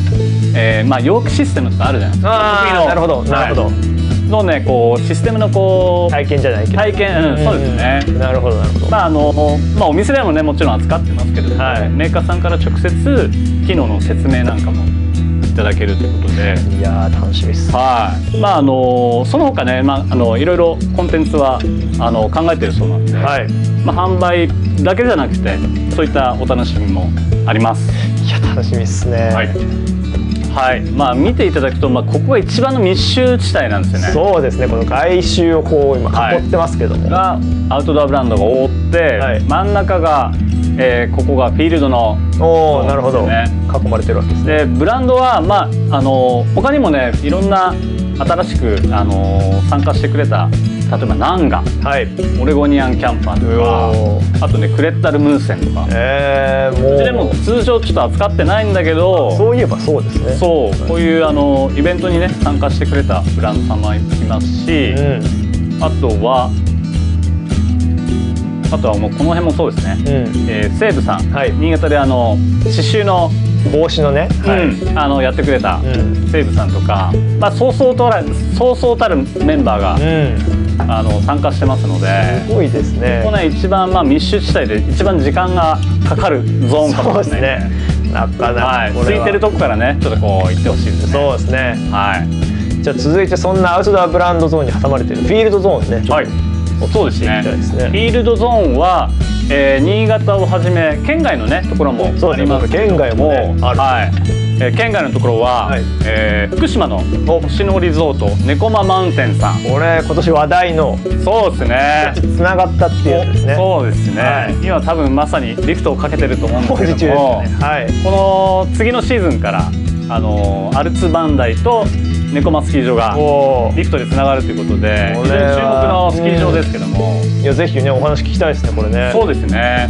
[SPEAKER 6] えーまあヨークシステムとかあるじゃないですか
[SPEAKER 3] あ
[SPEAKER 6] 得意
[SPEAKER 3] あ
[SPEAKER 6] の
[SPEAKER 3] なるほどなるほど、
[SPEAKER 6] はいのねこうシステムのこう
[SPEAKER 3] 体験じゃないけど
[SPEAKER 6] 体験、うん、そうですね
[SPEAKER 3] んなるほどなるほど
[SPEAKER 6] まああのまあお店でもねもちろん扱ってますけど、
[SPEAKER 3] はい
[SPEAKER 6] メーカーさんから直接機能の説明なんかもいただけるということで
[SPEAKER 3] いやー楽しみっす
[SPEAKER 6] はい、まああのその他ね、まああのいろいろコンテンツはあの考えてるそうなんで、
[SPEAKER 3] はい
[SPEAKER 6] まあ販売だけじゃなくてそういったお楽しみもあります。
[SPEAKER 3] いいや楽しみですね、
[SPEAKER 6] はい、はいまあ、見ていただくと、まあ、ここが一番の密集地帯なんですよね
[SPEAKER 3] そうですねこの外周をこう今
[SPEAKER 6] はい
[SPEAKER 3] 囲ってますけども、
[SPEAKER 6] がアウトドアブランドが覆って、
[SPEAKER 3] はい
[SPEAKER 6] 真ん中が、えーここがフィールドの
[SPEAKER 3] おおなるほど、
[SPEAKER 6] そうですね
[SPEAKER 3] 囲まれてるわけですね
[SPEAKER 6] でブランドは、まあ、あの他にもねいろんな新しくあの参加してくれた例えばナンガ
[SPEAKER 3] はい
[SPEAKER 6] オレゴニアンキャンパ
[SPEAKER 3] う
[SPEAKER 6] ー
[SPEAKER 3] おー
[SPEAKER 6] とかあとねクレッタルムーセンとか
[SPEAKER 3] えー、もう
[SPEAKER 6] こちらも通常ちょっと扱ってないんだけど
[SPEAKER 3] そういえばそうですね
[SPEAKER 6] そうこういうあのイベントにね参加してくれたブランド様いますし、
[SPEAKER 3] うん
[SPEAKER 6] あとはあとはもうこの辺もそうですね、
[SPEAKER 3] うん
[SPEAKER 6] えー西武さん、
[SPEAKER 3] はい
[SPEAKER 6] 新潟であの刺繍の、
[SPEAKER 3] 帽子のね、
[SPEAKER 6] うんあのやってくれた
[SPEAKER 3] ん
[SPEAKER 6] 西武さんとか、まあ、そうそうとらそうそうたるメンバーが、
[SPEAKER 3] うんす
[SPEAKER 6] あの参加してますので。
[SPEAKER 3] ごいですね
[SPEAKER 6] ここね一番まあ密集地帯で一番時間がかかるゾーンか
[SPEAKER 3] そう
[SPEAKER 6] も
[SPEAKER 3] で
[SPEAKER 6] し
[SPEAKER 3] す
[SPEAKER 6] れない
[SPEAKER 3] ねなかなか、
[SPEAKER 6] はい、
[SPEAKER 3] こ
[SPEAKER 6] 空
[SPEAKER 3] れ
[SPEAKER 6] い
[SPEAKER 3] は
[SPEAKER 6] てるとこからねちょっとこう行ってほしいですね
[SPEAKER 3] そうですね
[SPEAKER 6] はい
[SPEAKER 3] じゃあ続いてそんなアウトドアブランドゾーンに挟まれてるフィールドゾーンね、
[SPEAKER 6] はい、そうですね
[SPEAKER 3] みたいですね
[SPEAKER 6] フィールドゾーンは、えー新潟をはじめ県外のねところも
[SPEAKER 3] そう
[SPEAKER 6] あ
[SPEAKER 3] で
[SPEAKER 6] り
[SPEAKER 3] すね
[SPEAKER 6] ますけど
[SPEAKER 3] 県外もねある
[SPEAKER 6] はいえー県外のところは、
[SPEAKER 3] はい
[SPEAKER 6] えー福島の星野リゾート猫間マウンテンさん
[SPEAKER 3] これ今年話題の
[SPEAKER 6] そうですね
[SPEAKER 3] つながったっていうやつですね
[SPEAKER 6] そうですね、
[SPEAKER 3] はい
[SPEAKER 6] 今多分まさにリフトをかけてると思うんで
[SPEAKER 3] 工事中で
[SPEAKER 6] す
[SPEAKER 3] す
[SPEAKER 6] け
[SPEAKER 3] ね
[SPEAKER 6] ども、
[SPEAKER 3] はい
[SPEAKER 6] この次のシーズンからあのーアルツバンダイと猫間スキー場が
[SPEAKER 3] おー
[SPEAKER 6] リフトでつながるということで
[SPEAKER 3] こ
[SPEAKER 6] 非常
[SPEAKER 3] れ
[SPEAKER 6] に注目
[SPEAKER 3] は
[SPEAKER 6] のスキー場ですけども、
[SPEAKER 3] いやぜひねお話聞きたいですねこれね
[SPEAKER 6] そうですね、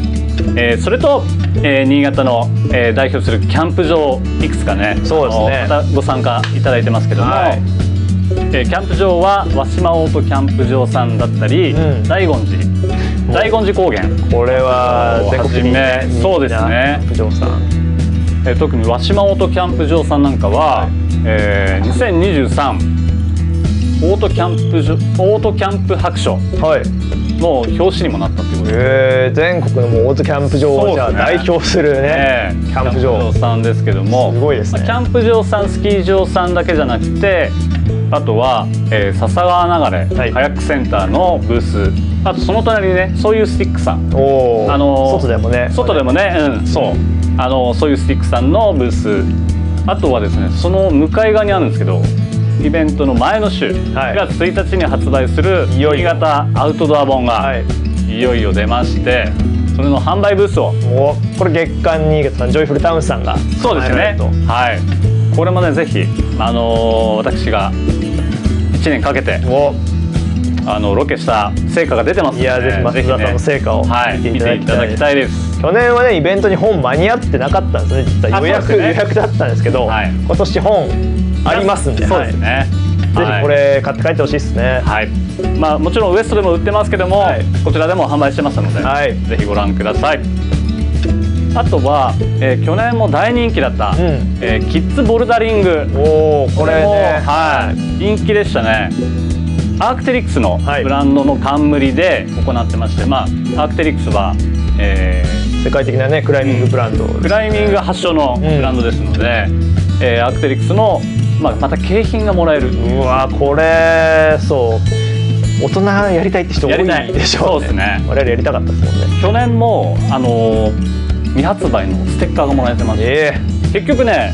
[SPEAKER 6] えーそれと、えー新潟の、えー代表するキャンプ場いくつかね
[SPEAKER 3] そうですね
[SPEAKER 6] あのまたご参加いただいてますけども、
[SPEAKER 3] はい
[SPEAKER 6] えーキャンプ場は和島オートキャンプ場さんだったり、
[SPEAKER 3] うん
[SPEAKER 6] 大権寺大権寺高原、
[SPEAKER 3] これは全国的に
[SPEAKER 6] はじめそうですね
[SPEAKER 3] 不条さん
[SPEAKER 6] えー特に和島オートキャンプ場さんなんかは、えー2023オートキャンプ場オートキャンプ白書
[SPEAKER 3] はい
[SPEAKER 6] の表紙にもなったっていうことで
[SPEAKER 3] えー、全国のもうオートキャンプ場をじゃあ
[SPEAKER 6] そうですね
[SPEAKER 3] 代表するね
[SPEAKER 6] ええ
[SPEAKER 3] キャンプ場
[SPEAKER 6] キャさんですけども
[SPEAKER 3] すごいですね
[SPEAKER 6] まあキャンプ場さんスキー場さんだけじゃなくてあとは、えー、笹川流れ、
[SPEAKER 3] はい
[SPEAKER 6] カヤックセンターのブースあとその隣にねそういうスティックさん
[SPEAKER 3] おお、
[SPEAKER 6] あのー
[SPEAKER 3] 外でもね
[SPEAKER 6] 外でもね、うん、そうあのそういうスティックさんのブースあとはですねその向かい側にあるんですけどイベントの前の週、
[SPEAKER 3] はい
[SPEAKER 6] 4月1日に発売する
[SPEAKER 3] いよい
[SPEAKER 6] 新
[SPEAKER 3] よ
[SPEAKER 6] 潟アウトドア本が、
[SPEAKER 3] はい
[SPEAKER 6] いよいよ出ましてそれの販売ブースを
[SPEAKER 3] おこれ月刊新潟さんジョイフルタウンさんが
[SPEAKER 6] そうですよね
[SPEAKER 3] 考えられる。
[SPEAKER 6] はい。これもねぜひあのー私が一年かけて
[SPEAKER 3] とお
[SPEAKER 6] あのロケした成果が出てますので、
[SPEAKER 3] いやぜひ松田さんの成果を
[SPEAKER 6] はい
[SPEAKER 3] 見
[SPEAKER 6] 見
[SPEAKER 3] て
[SPEAKER 6] て
[SPEAKER 3] い
[SPEAKER 6] い
[SPEAKER 3] た
[SPEAKER 6] た
[SPEAKER 3] だ
[SPEAKER 6] だ
[SPEAKER 3] き
[SPEAKER 6] き
[SPEAKER 3] た
[SPEAKER 6] たいです。
[SPEAKER 3] 去年はねイベントに本間に合ってなかったんですね実は
[SPEAKER 6] あ
[SPEAKER 3] 予約、
[SPEAKER 6] そうですね
[SPEAKER 3] 予約だったんですけど、
[SPEAKER 6] はい
[SPEAKER 3] 今年本ありますんで
[SPEAKER 6] そうです
[SPEAKER 3] は
[SPEAKER 6] ね。
[SPEAKER 3] いぜひこれ買って帰ってほしいですね
[SPEAKER 6] はい。はい。まあもちろんウエストでも売ってますけども、
[SPEAKER 3] はい
[SPEAKER 6] こちらでも販売してますので、
[SPEAKER 3] はい
[SPEAKER 6] ぜひご覧ください。あとは、えー去年も大人気だった、
[SPEAKER 3] ん
[SPEAKER 6] えーキッズボルダリング。
[SPEAKER 3] おおこれ
[SPEAKER 6] も
[SPEAKER 3] ね
[SPEAKER 6] はい、人気でしたねアークテリクスの
[SPEAKER 3] はい
[SPEAKER 6] ブランドの冠で行ってまして、まあ、アークテリクスは、え
[SPEAKER 3] 世界的なねクライミングブランド、
[SPEAKER 6] ークライミング発祥のブランドですので、えーアークテリクスの、まあ、また景品がもらえる
[SPEAKER 3] うわこれそう大人やりたいって人多
[SPEAKER 6] やりたい
[SPEAKER 3] いでしょ
[SPEAKER 6] そう
[SPEAKER 3] うね
[SPEAKER 6] ですね
[SPEAKER 3] 我々やりたかったですもんね
[SPEAKER 6] 去年も、あのー未発売のステッカーがもらえてます
[SPEAKER 3] え
[SPEAKER 6] 結局ね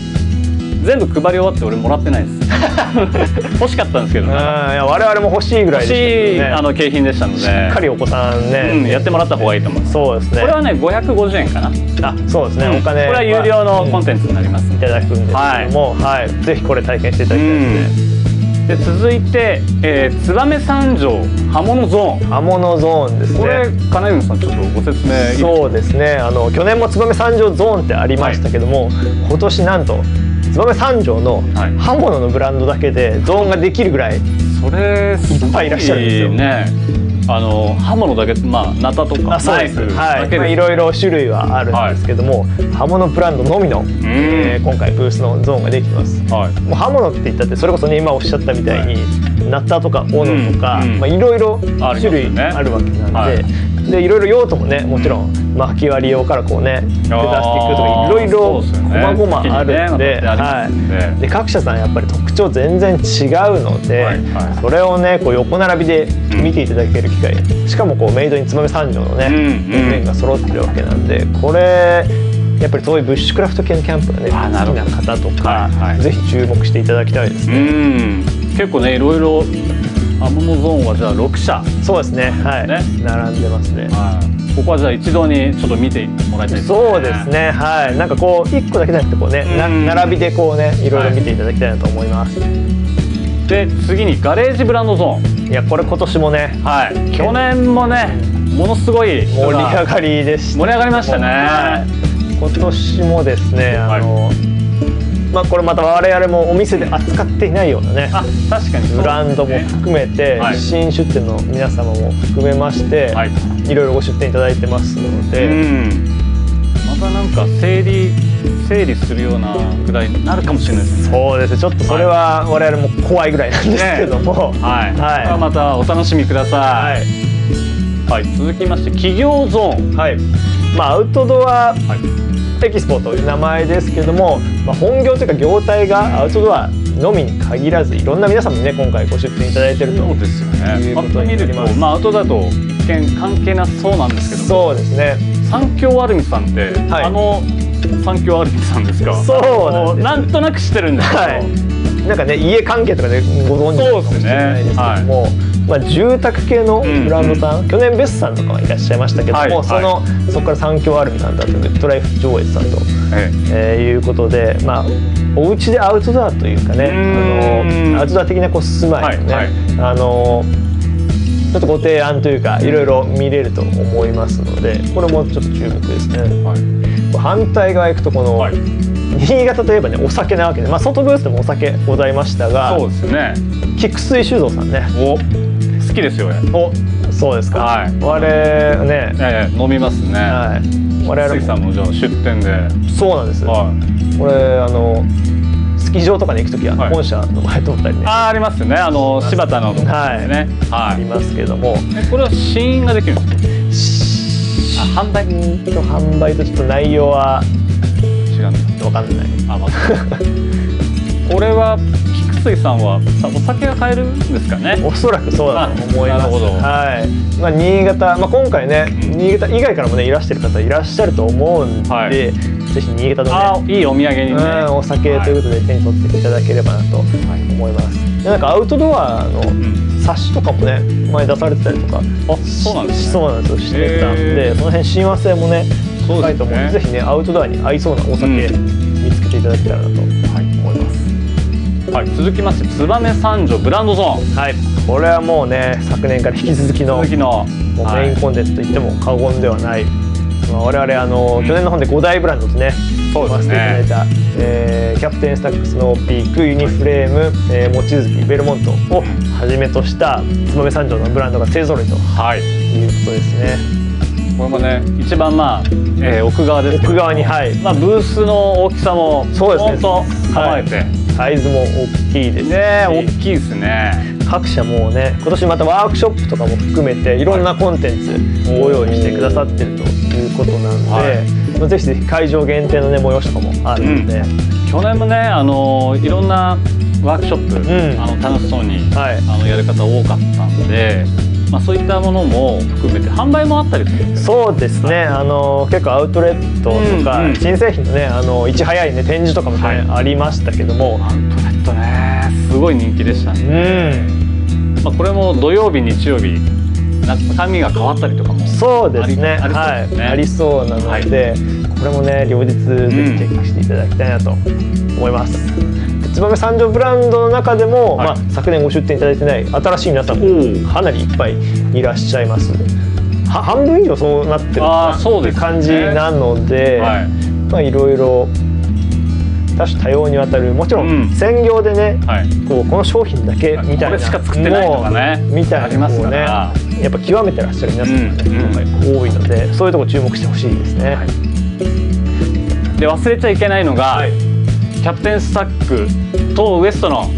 [SPEAKER 6] 全部配り終わって俺もらってないです 欲しかったんですけど
[SPEAKER 3] えうんい
[SPEAKER 6] ね
[SPEAKER 3] や我々も欲しいぐら
[SPEAKER 6] 欲
[SPEAKER 3] いで
[SPEAKER 6] し
[SPEAKER 3] したけ
[SPEAKER 6] い、
[SPEAKER 3] どね
[SPEAKER 6] あの景品でしたのでし
[SPEAKER 3] しっかりお子さんね、
[SPEAKER 6] うん、やってもらった方がいいと思います
[SPEAKER 3] そうですね
[SPEAKER 6] これはね550円かな
[SPEAKER 3] あそうですね、
[SPEAKER 6] うん
[SPEAKER 3] お金
[SPEAKER 6] これは有料のコンテンツになります
[SPEAKER 3] い
[SPEAKER 6] ね
[SPEAKER 3] ただくんですけども、はいぜひこれ体験していただきたいですね、
[SPEAKER 6] で続いて、えー、燕三条刃物ゾーン
[SPEAKER 3] 刃物ゾーンですね
[SPEAKER 6] これ金泉さんちょっとご説明いい
[SPEAKER 3] そうですねあの去年も燕三条ゾーンってありましたけども、今年なんと燕三条の
[SPEAKER 6] はい
[SPEAKER 3] 刃物のブランドだけでゾーンができるぐらい
[SPEAKER 6] それすご
[SPEAKER 3] いっぱいいらっしゃるんですよ
[SPEAKER 6] ねあの刃物だけまあナタとか
[SPEAKER 3] あそう
[SPEAKER 6] ナ
[SPEAKER 3] で
[SPEAKER 6] イ
[SPEAKER 3] す
[SPEAKER 6] フ
[SPEAKER 3] は
[SPEAKER 6] だ
[SPEAKER 3] い、
[SPEAKER 6] け
[SPEAKER 3] まあ、い
[SPEAKER 6] で
[SPEAKER 3] ろいろ種類はあるんですけども、刃物ブランドのみの、えー今回ブースのゾーンができてます
[SPEAKER 6] はい
[SPEAKER 3] もう刃物って言ったってそれこそね今おっしゃったみたいに、ナッタとか斧とか、
[SPEAKER 6] うんうん
[SPEAKER 3] まあ、いろいろ
[SPEAKER 6] あります
[SPEAKER 3] 種
[SPEAKER 6] よね
[SPEAKER 3] 類あるわけなんで,、、
[SPEAKER 6] はい
[SPEAKER 3] でいろいろ用途もねもちろん、巻き割り用からこうね下していくとかいろいろ
[SPEAKER 6] そうです
[SPEAKER 3] 細
[SPEAKER 6] よね
[SPEAKER 3] 々あるんで,、
[SPEAKER 6] 時にねまたあ
[SPEAKER 3] は
[SPEAKER 6] りますんで
[SPEAKER 3] い、で各社さんやっぱり特徴全然違うので、
[SPEAKER 6] はいはい
[SPEAKER 3] それをねこう横並びで見ていただける機会、しかもこうメイドにつまみ三条のね、
[SPEAKER 6] うんうん
[SPEAKER 3] 面々が揃ってるわけなんでこれやっぱりそういうブッシュクラフト系のキャンプがね
[SPEAKER 6] あなる
[SPEAKER 3] 好
[SPEAKER 6] ほ
[SPEAKER 3] き
[SPEAKER 6] ど
[SPEAKER 3] な方とか、
[SPEAKER 6] はいはい
[SPEAKER 3] ぜひ注目していただきたいです
[SPEAKER 6] う
[SPEAKER 3] ね、
[SPEAKER 6] ん結構ねいろいろアモモゾーンはじゃあ6社、
[SPEAKER 3] そうですねはい
[SPEAKER 6] ね
[SPEAKER 3] 並んでますね
[SPEAKER 6] ここはじゃあ一度にちょっと見てもらいたいですね
[SPEAKER 3] そうですねはいなんかこう1個だけじゃなくてこうね、な
[SPEAKER 6] うん
[SPEAKER 3] 並びでこうねいろいろ見ていただきたいなと思います、い、
[SPEAKER 6] で次にガレージブランドゾーン
[SPEAKER 3] やこれ今年もね
[SPEAKER 6] はい去年もねものすごい人
[SPEAKER 3] 盛り
[SPEAKER 6] が
[SPEAKER 3] 上がりでした
[SPEAKER 6] 盛り上がりましたね
[SPEAKER 3] はい今年もですねあの、まあこれまた我々もお店で扱っていないようなね
[SPEAKER 6] あ確かに
[SPEAKER 3] ブランドも含めて、
[SPEAKER 6] はい
[SPEAKER 3] 新出店の皆様も含めまして、、
[SPEAKER 6] はいい
[SPEAKER 3] ろいろご出店いただいてますの
[SPEAKER 6] う
[SPEAKER 3] で、
[SPEAKER 6] んまたなんか整理整理するようなぐらいになるかもしれないですね
[SPEAKER 3] そうですねちょっとそれは我々も怖いぐらいなんですけども、
[SPEAKER 6] は
[SPEAKER 3] はい
[SPEAKER 6] い、これはまたお楽しみください、はい続きまして企業ゾーン
[SPEAKER 3] はいまあ、アウトドア
[SPEAKER 6] はい
[SPEAKER 3] エキスポという名前ですけども、まあ、本業というか業態がアウトドアのみに限らずいろんな皆さんにね今回ご出店いただいてると
[SPEAKER 6] そうですよね
[SPEAKER 3] いうこ
[SPEAKER 6] パ
[SPEAKER 3] と
[SPEAKER 6] ッと見
[SPEAKER 3] に
[SPEAKER 6] る
[SPEAKER 3] なりま
[SPEAKER 6] と
[SPEAKER 3] す
[SPEAKER 6] まあアウトだと一見関係なさそうなんですけども
[SPEAKER 3] そうですね
[SPEAKER 6] 三協アルミさんって、
[SPEAKER 3] はい
[SPEAKER 6] あの三協アルミさんですか
[SPEAKER 3] そうなんです
[SPEAKER 6] あのなんとなく知ってるんですけど、
[SPEAKER 3] はい、なんかね家関係とかでご存知なのかもしれないですけども、まあ、住宅系のブランドさん、去年ベスさんとかはいらっしゃいましたけども、
[SPEAKER 6] はいはい
[SPEAKER 3] そのそこから三共アルミさんだったりグッドライフ上越さんと、
[SPEAKER 6] ええ
[SPEAKER 3] えーいうことで、まあ、お家でアウトドアというかね
[SPEAKER 6] ー
[SPEAKER 3] あ
[SPEAKER 6] ん
[SPEAKER 3] のアウトドア的なこう住まいのね、
[SPEAKER 6] はいはい
[SPEAKER 3] あのちょっとご提案というかいろいろ見れると思いますのでこれもちょっと注目ですね。
[SPEAKER 6] はい
[SPEAKER 3] 反対側行くとこの、
[SPEAKER 6] はい
[SPEAKER 3] 新潟といえばねお酒なわけで、まあ、外ブースでもお酒ございましたが
[SPEAKER 6] そうですね
[SPEAKER 3] 菊水酒造さんね
[SPEAKER 6] お好きですよね
[SPEAKER 3] おそうですか、
[SPEAKER 6] はい
[SPEAKER 3] 我々ね、
[SPEAKER 6] ええ飲みますね、
[SPEAKER 3] はい、我々
[SPEAKER 6] 杉さん
[SPEAKER 3] も
[SPEAKER 6] もじゃあ出店で、
[SPEAKER 3] そうなんです、
[SPEAKER 6] はい、
[SPEAKER 3] これあのスキー場とかに行く時は
[SPEAKER 6] はい
[SPEAKER 3] 本社の前通ったりね、
[SPEAKER 6] あーありますよねあの柴田のとこですね
[SPEAKER 3] あ
[SPEAKER 6] は
[SPEAKER 3] り
[SPEAKER 6] い、
[SPEAKER 3] ますけども
[SPEAKER 6] えこれは試飲ができるんですかあ販売違うん
[SPEAKER 3] の販売とちょっと内容は
[SPEAKER 6] だ
[SPEAKER 3] 分かんない
[SPEAKER 6] あ、まあ、 これは菊水さんはさお酒が買えるんですかね
[SPEAKER 3] おそらくそうだと思います
[SPEAKER 6] あなるほど
[SPEAKER 3] はいまあ、新潟、まあ、今回ね、
[SPEAKER 6] うん
[SPEAKER 3] 新潟以外からもねいらしてる方いらっしゃると思うんで、
[SPEAKER 6] はい
[SPEAKER 3] ぜひ新潟のね
[SPEAKER 6] あーいいお土産
[SPEAKER 3] う
[SPEAKER 6] にね、
[SPEAKER 3] ん、お酒ということで手に取っていただければなと思います、でなんかアウトドアの
[SPEAKER 6] ん
[SPEAKER 3] 冊子とかもね前出されてたりとか
[SPEAKER 6] あそうなんです
[SPEAKER 3] し
[SPEAKER 6] ね
[SPEAKER 3] そうなんですよしてたん
[SPEAKER 6] へ
[SPEAKER 3] で
[SPEAKER 6] ー
[SPEAKER 3] その辺親和性もね
[SPEAKER 6] そうで
[SPEAKER 3] 高
[SPEAKER 6] すね
[SPEAKER 3] いと思うんでぜひねアウトドアに合いそうなお酒
[SPEAKER 6] う
[SPEAKER 3] 見つけていただけたらなと思います、
[SPEAKER 6] はい、続きまして燕三条ブランドゾーン
[SPEAKER 3] はいこれはもうね昨年から引き続きの
[SPEAKER 6] 続きの
[SPEAKER 3] もう
[SPEAKER 6] は
[SPEAKER 3] メイ
[SPEAKER 6] い
[SPEAKER 3] ンコンテンツといっても過言ではない、まあ、我々あの、去年の本で5大ブランドとね
[SPEAKER 6] そうですね
[SPEAKER 3] 回していただいた、えーキャプテンスタックスノーピークユニフレーム、えー、望月ベルモントをはじめとした燕三条のブランドが勢ぞろいと
[SPEAKER 6] はい
[SPEAKER 3] いうことですね
[SPEAKER 6] これもね一番まあ、えー奥側ですけど
[SPEAKER 3] 奥側にはい
[SPEAKER 6] まあ、ブースの大きさも
[SPEAKER 3] そうですね
[SPEAKER 6] 本当構えて、
[SPEAKER 3] サイズも大きいですし
[SPEAKER 6] ね大きいですね
[SPEAKER 3] 各社もうね今年またワークショップとかも含めていろんなコンテンツご用意してくださってるということなんで、
[SPEAKER 6] は
[SPEAKER 3] まあぜひぜひ会場限定のね催しとかもあるので、
[SPEAKER 6] 去年もねあのいろんなワークショップ、
[SPEAKER 3] うん
[SPEAKER 6] あの楽しそうに、
[SPEAKER 3] はい
[SPEAKER 6] あのやる方多かったんで、まあ、そういったものも含めて販売もあったりするんですよ
[SPEAKER 3] そうですね、あの結構アウトレットとか、
[SPEAKER 6] うんうん
[SPEAKER 3] 新製品のねあのいち早いね展示とかも、ね
[SPEAKER 6] はい
[SPEAKER 3] ありましたけども、
[SPEAKER 6] アウトレットねすごい人気でした
[SPEAKER 3] う
[SPEAKER 6] ね、
[SPEAKER 3] ん、
[SPEAKER 6] まあ、これも土曜日日曜日中身が変わったりとかも
[SPEAKER 3] そうですね、
[SPEAKER 6] あり
[SPEAKER 3] は
[SPEAKER 6] ありそうで
[SPEAKER 3] い、
[SPEAKER 6] すね
[SPEAKER 3] ありそうなので、これもね両日ぜひチェックしていただきたいなと思います。で燕三条ブランドの中でも、
[SPEAKER 6] はい
[SPEAKER 3] まあ、昨年ご出店いただいてない新しい皆さんもかなりいっぱいいらっしゃいます。は半分以上そうなってるのか
[SPEAKER 6] あー
[SPEAKER 3] な
[SPEAKER 6] そ
[SPEAKER 3] っ
[SPEAKER 6] う
[SPEAKER 3] て
[SPEAKER 6] ですね
[SPEAKER 3] 感じなので、
[SPEAKER 6] はい
[SPEAKER 3] まあ、いろいろ多種多様にわたるもちろ
[SPEAKER 6] うん
[SPEAKER 3] ん専業でね、
[SPEAKER 6] はい
[SPEAKER 3] こうこの商品だけみたいな
[SPEAKER 6] これしか作ってないとかね
[SPEAKER 3] もうみたいな
[SPEAKER 6] ありますから
[SPEAKER 3] こうねやっぱ極めてらっしゃる皆さんがね、
[SPEAKER 6] うんうん
[SPEAKER 3] 今回多いのでそういうとこ注目してほしいですね、
[SPEAKER 6] で忘れちゃいけないのが、キャプテンスタックとウエストの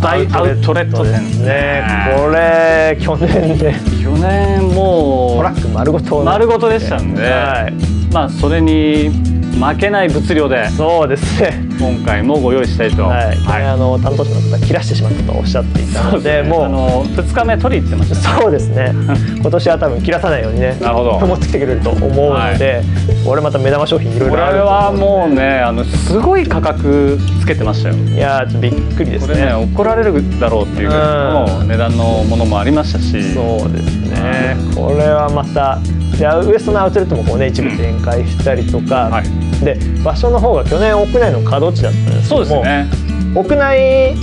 [SPEAKER 6] 大アウトレット店
[SPEAKER 3] ですねこれ去年ね
[SPEAKER 6] 去年も
[SPEAKER 3] トラック丸ごとね
[SPEAKER 6] 丸ごとでしたんで
[SPEAKER 3] はい
[SPEAKER 6] まあそれに負けない物量で
[SPEAKER 3] そうですね
[SPEAKER 6] 今回もご用意したいと、
[SPEAKER 3] はい、これあの担当者の方切らしてしまったとおっしゃっていた
[SPEAKER 6] そ
[SPEAKER 3] の
[SPEAKER 6] うで
[SPEAKER 3] です
[SPEAKER 6] ねあ
[SPEAKER 3] も
[SPEAKER 6] の2日目取り行ってまし
[SPEAKER 3] う
[SPEAKER 6] た
[SPEAKER 3] そうです ね今年は多分切らさないようにね
[SPEAKER 6] なるほど
[SPEAKER 3] 持ってきてくれると思うので、俺また目玉商品いろい
[SPEAKER 6] これ
[SPEAKER 3] ろあると思
[SPEAKER 6] は
[SPEAKER 3] うんで
[SPEAKER 6] もうねあのすごい価格つけてましたよ
[SPEAKER 3] いやーちょっとびっくりです
[SPEAKER 6] こ
[SPEAKER 3] ね
[SPEAKER 6] れね怒られるだろうっていうぐらいの値段のものもありましたし
[SPEAKER 3] そうですね
[SPEAKER 6] ね
[SPEAKER 3] これはまたでウエストのアウトレットもこうね一部展開したりとか、
[SPEAKER 6] はい
[SPEAKER 3] で場所の方が去年屋内の角地だったんですけ
[SPEAKER 6] そ
[SPEAKER 3] ど
[SPEAKER 6] うです
[SPEAKER 3] も、
[SPEAKER 6] ね
[SPEAKER 3] 屋内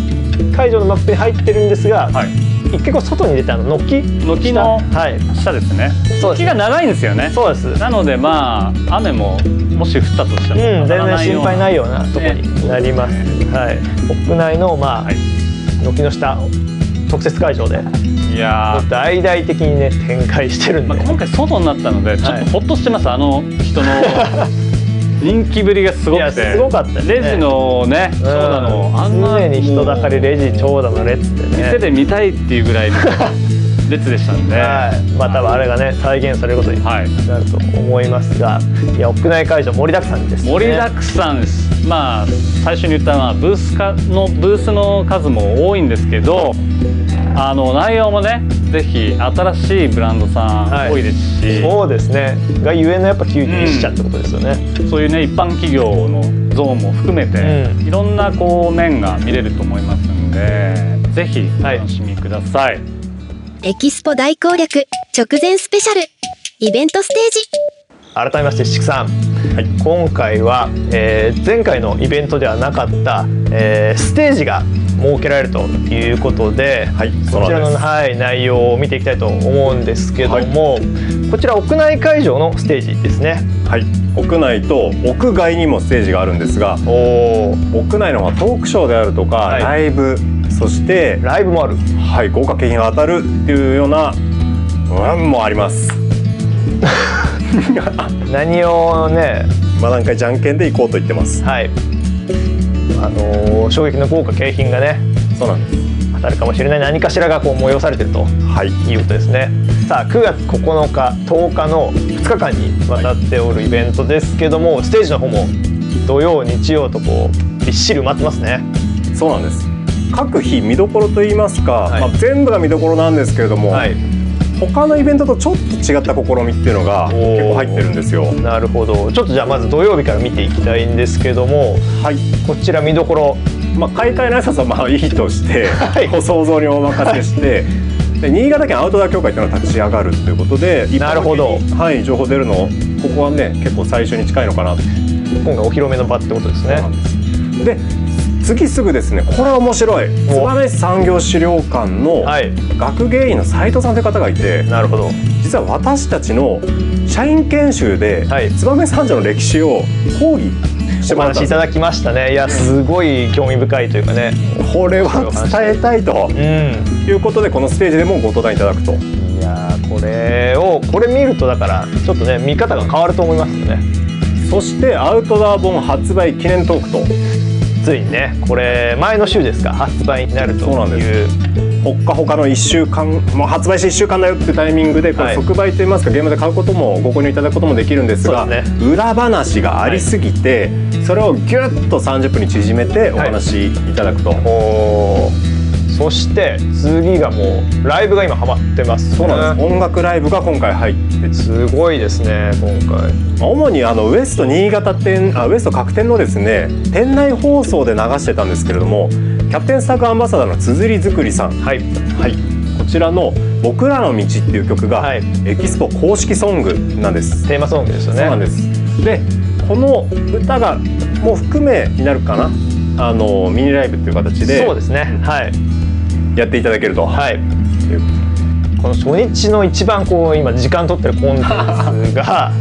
[SPEAKER 3] 会場のマップに入ってるんですが、
[SPEAKER 6] はい
[SPEAKER 3] 結構外に出たあの軒
[SPEAKER 6] 軒の
[SPEAKER 3] 下はい
[SPEAKER 6] 下ですね
[SPEAKER 3] そうです
[SPEAKER 6] 木が長いんですよね
[SPEAKER 3] そうです
[SPEAKER 6] なのでまあ雨ももし降ったとしても
[SPEAKER 3] うん、全
[SPEAKER 6] 当たら
[SPEAKER 3] 然心配ないようなとこになります。はい、屋内のまあ、
[SPEAKER 6] はい
[SPEAKER 3] 軒の下特設会場で
[SPEAKER 6] いやー
[SPEAKER 3] 大々的にね展開してるんで、
[SPEAKER 6] まあ、今回外になったのでちょっとほっとしてます、あの 人の人気ぶりがすご
[SPEAKER 3] いや
[SPEAKER 6] くて
[SPEAKER 3] すごかったですね
[SPEAKER 6] レジのね長蛇のあんな
[SPEAKER 3] 常に人だかりレジ長蛇の列ってね
[SPEAKER 6] 店で見たいっていう ぐらいの列でしたんで、
[SPEAKER 3] はい、またあれがね再現されることに
[SPEAKER 6] はい
[SPEAKER 3] なると思いますが、いや屋内会場盛りだくさんですね。
[SPEAKER 6] 盛りだくさんです、まあ最初に言ったのはブースかのブースの数も多いんですけどあの内容もねぜひ新しいブランドさ
[SPEAKER 3] はい
[SPEAKER 6] ん多いですし、
[SPEAKER 3] そうですね。がゆえのやっぱ旧日支社ってことですよね。
[SPEAKER 6] そういうね一般企業のゾーンも含めて、
[SPEAKER 3] うん
[SPEAKER 6] いろんなこう面が見れると思いますんでぜひお楽しみください、
[SPEAKER 2] エキスポ大攻略直前スペシャルイベントステージ
[SPEAKER 3] 改めましてシクさん、今回は、えー前回のイベントではなかった、えーステージが設けられるということで、
[SPEAKER 4] はいそう
[SPEAKER 3] こちら
[SPEAKER 4] な
[SPEAKER 3] の、
[SPEAKER 4] んです
[SPEAKER 3] はい、内容を見ていきたいと思うんですけども、こちら屋内会場のステージですね。
[SPEAKER 4] はい、屋内と屋外にもステージがあるんですが
[SPEAKER 3] おー
[SPEAKER 4] 屋内の方はトークショーであるとか、
[SPEAKER 3] はい
[SPEAKER 4] ライブそして、
[SPEAKER 3] ライブもある。
[SPEAKER 4] はい、豪華景品が当たるっていうようなうんもあります
[SPEAKER 3] 何をね
[SPEAKER 4] まあ何回じゃんけんで行こうと言ってます
[SPEAKER 3] はいあのー衝撃の豪華景品がね
[SPEAKER 4] そうなんです
[SPEAKER 3] 当たるかもしれない何かしらがこう催されてると
[SPEAKER 4] はい
[SPEAKER 3] いうことですねさあ9月9日10日の2日間にわたっておるイベントですけども、ステージの方も土曜日曜とこうびっしり埋まってますね
[SPEAKER 4] そうなんです各日見どころといいますか、
[SPEAKER 3] はい
[SPEAKER 4] まあ、全部が見どころなんですけれども、
[SPEAKER 3] はい
[SPEAKER 4] 他のイベントとちょっと違った試みっていうのが
[SPEAKER 3] おー
[SPEAKER 4] 結構入ってるんですよ
[SPEAKER 3] なるほどちょっとじゃあまず土曜日から見ていきたいんですけども
[SPEAKER 4] はい、
[SPEAKER 3] こちら見どころ
[SPEAKER 4] まあ、開会の挨拶はまあいいとして、
[SPEAKER 3] はい
[SPEAKER 4] ご想像にお任せして、で新潟県アウトドア協会っていうのが立ち上がるということで
[SPEAKER 3] なるほど
[SPEAKER 4] 一般的にはい、情報出るのここはね結構最初に近いのかなって
[SPEAKER 3] 今回お披露目の場ってことですね
[SPEAKER 4] で次すぐですねこれは面白い燕産業資料館の
[SPEAKER 3] はい
[SPEAKER 4] 学芸員の斉藤さんという方がいて
[SPEAKER 3] なるほど
[SPEAKER 4] 実は私たちの社員研修で
[SPEAKER 3] はい
[SPEAKER 4] 燕三条の歴史を講義して
[SPEAKER 3] お
[SPEAKER 4] もらっ
[SPEAKER 3] 話
[SPEAKER 4] たんで
[SPEAKER 3] い
[SPEAKER 4] す
[SPEAKER 3] ただきましたねいやすごい興味深いというかね
[SPEAKER 4] これは伝えたいと
[SPEAKER 3] うん
[SPEAKER 4] いうことでこのステージでもご登壇いただくと
[SPEAKER 3] いやーこれをこれ見るとだからちょっとね見方が変わると思いますよね
[SPEAKER 4] そしてアウトドア本発売記念トークと
[SPEAKER 3] ついにねこれ前の週ですか発売になると
[SPEAKER 4] そうなんで
[SPEAKER 3] いう
[SPEAKER 4] ほっかほかの1週間もう発売して1週間だよっていうタイミングでこ
[SPEAKER 3] は
[SPEAKER 4] れ
[SPEAKER 3] い
[SPEAKER 4] 即売といいますかゲームで買うこともご購入いただくこともできるんですが
[SPEAKER 3] そうです
[SPEAKER 4] 裏話がありすぎて、それをギュッと30分に縮めてお
[SPEAKER 3] はい
[SPEAKER 4] 話しいただくと、
[SPEAKER 3] おーそして次がもうライブが今ハマってます
[SPEAKER 4] そうなんです、音楽ライブが今回入ってて
[SPEAKER 3] すごいですね今回
[SPEAKER 4] まあ主にあのウエスト新潟店あウエスト各店のですね店内放送で流してたんですけれどもキャプテンスタックアンバサダーの綴り作りさん
[SPEAKER 3] はい
[SPEAKER 4] はい、こちらの「僕らの道」っていう曲が、
[SPEAKER 3] はい
[SPEAKER 4] エキスポ公式ソングなんです。
[SPEAKER 3] テーマソングですよ
[SPEAKER 4] そうなん
[SPEAKER 3] ね
[SPEAKER 4] ですでこの歌がもう含めになるかなあのミニライブっていう形で
[SPEAKER 3] そうですねはい
[SPEAKER 4] やっていただけると、
[SPEAKER 3] はいこの初日の一番こう今時間取ってるコンテンツ があ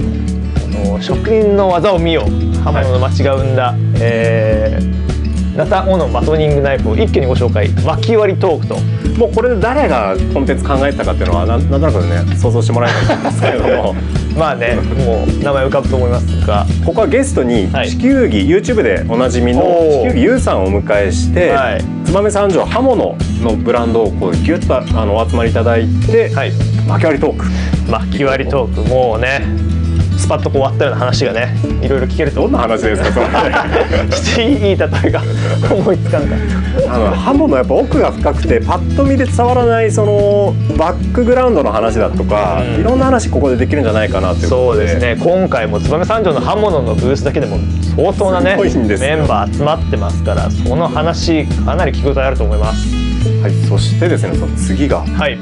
[SPEAKER 3] の職人の技を見よ刃物の町が生んだ、えー、ナタオのバトニングナイフを一挙にご紹介脇割りトークと
[SPEAKER 4] もうこれで誰がコンテンツ考えてたかっていうのはなんなんとなくね想像してもらえないんですけれ ども
[SPEAKER 3] まあねもう名前浮かぶと思いますが
[SPEAKER 4] ここはゲストに
[SPEAKER 3] はい
[SPEAKER 4] 地球儀、YouTube でおなじみの
[SPEAKER 3] おー
[SPEAKER 4] 地球儀ゆうさんをお迎えして、
[SPEAKER 3] はい
[SPEAKER 4] 燕三条刃物のブランドをこうギュッとあのお集まりいただいて、
[SPEAKER 3] はい
[SPEAKER 4] 巻き割りトーク。
[SPEAKER 3] 巻き割りトークもうねスパッとこう終わったような話がねいろいろ聞けると
[SPEAKER 4] どんな話ですかそれ
[SPEAKER 3] して いい例えが思いつかんか
[SPEAKER 4] あのハモのやっぱ奥が深くてパッと見で伝わらないそのバックグラウンドの話だとか、
[SPEAKER 3] うん
[SPEAKER 4] いろんな話ここでできるんじゃないかなというこ
[SPEAKER 3] そう
[SPEAKER 4] とで
[SPEAKER 3] ですね今回も燕三条の刃物のブースだけでも相当なね
[SPEAKER 4] すごいんですよ
[SPEAKER 3] メンバー集まってますからその話かなり聞き応えあると思います
[SPEAKER 4] はい、そしてですねその次が
[SPEAKER 3] はい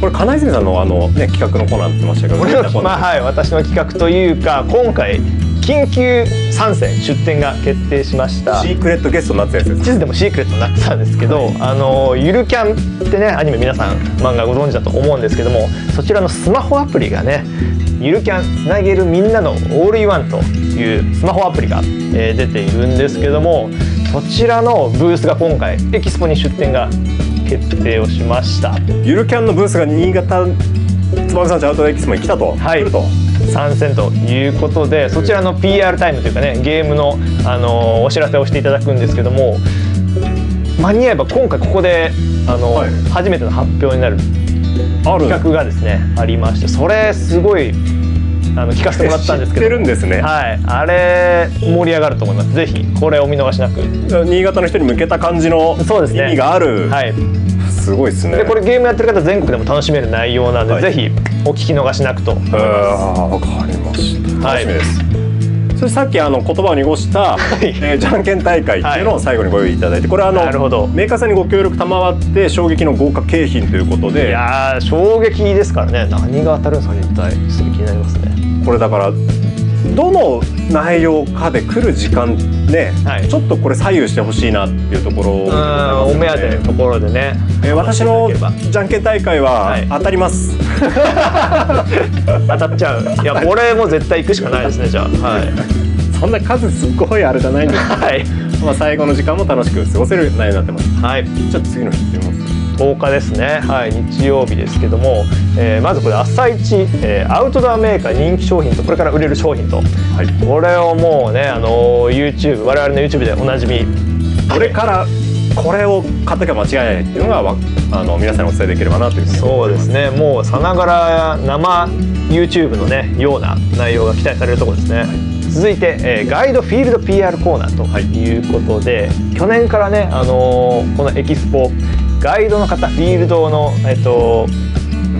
[SPEAKER 4] これ金泉さんのあの、ね、企画のコーナーって言ってましたけど
[SPEAKER 3] 俺
[SPEAKER 4] どんな
[SPEAKER 3] の
[SPEAKER 4] コーナ
[SPEAKER 3] ま
[SPEAKER 4] ー
[SPEAKER 3] あはい私の企画というか今回緊急参戦出展が決定しました
[SPEAKER 4] シークレットゲストになったやつです
[SPEAKER 3] 地図でもシークレットになってたんですけど、あのゆるキャンってねアニメ皆さん漫画ご存知だと思うんですけどもそちらのスマホアプリがねゆるキャンつなげるみんなのオールインワンというスマホアプリが、えー出ているんですけどもそちらのブースが今回エキスポに出展が決定をしました
[SPEAKER 4] ゆるキャンのブースが新潟つばみさんちアウトレックスも来たと、
[SPEAKER 3] はい
[SPEAKER 4] 来ると
[SPEAKER 3] 参戦ということでそちらの PR タイムというかねゲームの、あのーお知らせをしていただくんですけども間に合えば今回ここで、あのー
[SPEAKER 4] はい
[SPEAKER 3] 初めての発表になる
[SPEAKER 4] ある
[SPEAKER 3] 企画がですねありましてそれすごいあの聞かせてもらったんですけど
[SPEAKER 4] 知ってるんですね
[SPEAKER 3] はい、あれ盛り上がると思いますぜひこれお見逃しなく
[SPEAKER 4] 新潟の人に向けた感じの
[SPEAKER 3] そうですね
[SPEAKER 4] 意味がある、
[SPEAKER 3] はい
[SPEAKER 4] すごいですね
[SPEAKER 3] でこれゲームやってる方全国でも楽しめる内容なんで、
[SPEAKER 4] はい
[SPEAKER 3] ぜひお聞き逃しなくと
[SPEAKER 4] あーわかりました
[SPEAKER 3] は
[SPEAKER 4] 楽
[SPEAKER 3] い
[SPEAKER 4] しみです、それさっきあの言葉を濁した、
[SPEAKER 3] い
[SPEAKER 4] えーじゃんけん大会っていうのを最後にご用意いただいてこれはあの
[SPEAKER 3] なるほど
[SPEAKER 4] メーカーさんにご協力賜って衝撃の豪華景品ということ
[SPEAKER 3] い
[SPEAKER 4] で
[SPEAKER 3] やー衝撃ですからね何が当たるんですかね一体すぐ気になりますね
[SPEAKER 4] これだからどの内容かで来る時間ね、
[SPEAKER 3] はい
[SPEAKER 4] ちょっとこれ左右してほしいなっていうところ
[SPEAKER 3] うんお目当てのところでね
[SPEAKER 4] えー私のじゃんけん大会は
[SPEAKER 3] はい
[SPEAKER 4] 当たります、
[SPEAKER 3] 当たっちゃういやこれもう絶対行くしかないですねじゃあはい、
[SPEAKER 4] そんな数すごいあれじゃないんです
[SPEAKER 3] はい
[SPEAKER 4] まあ最後の時間も楽しく過ごせる内容になってます
[SPEAKER 3] はい、
[SPEAKER 4] じゃあ次の日行ってみます
[SPEAKER 3] 10日ですね、はい、日曜日ですけども、えーまずこれ朝一、えーアウトドアメーカー人気商品とこれから売れる商品と、これをもうね、あのー YouTube 我々の YouTube でおなじみ
[SPEAKER 4] これからこれを買っときゃ間違いないっていうのがわあの皆さんにお伝えできればなというふうに
[SPEAKER 3] そうですねもうさながら生 YouTube のねような内容が期待されるところですね、続いて、えーガイドフィールド PR コーナーということで、去年からね、あのーこのエキスポガイドの方フィールドの、えっと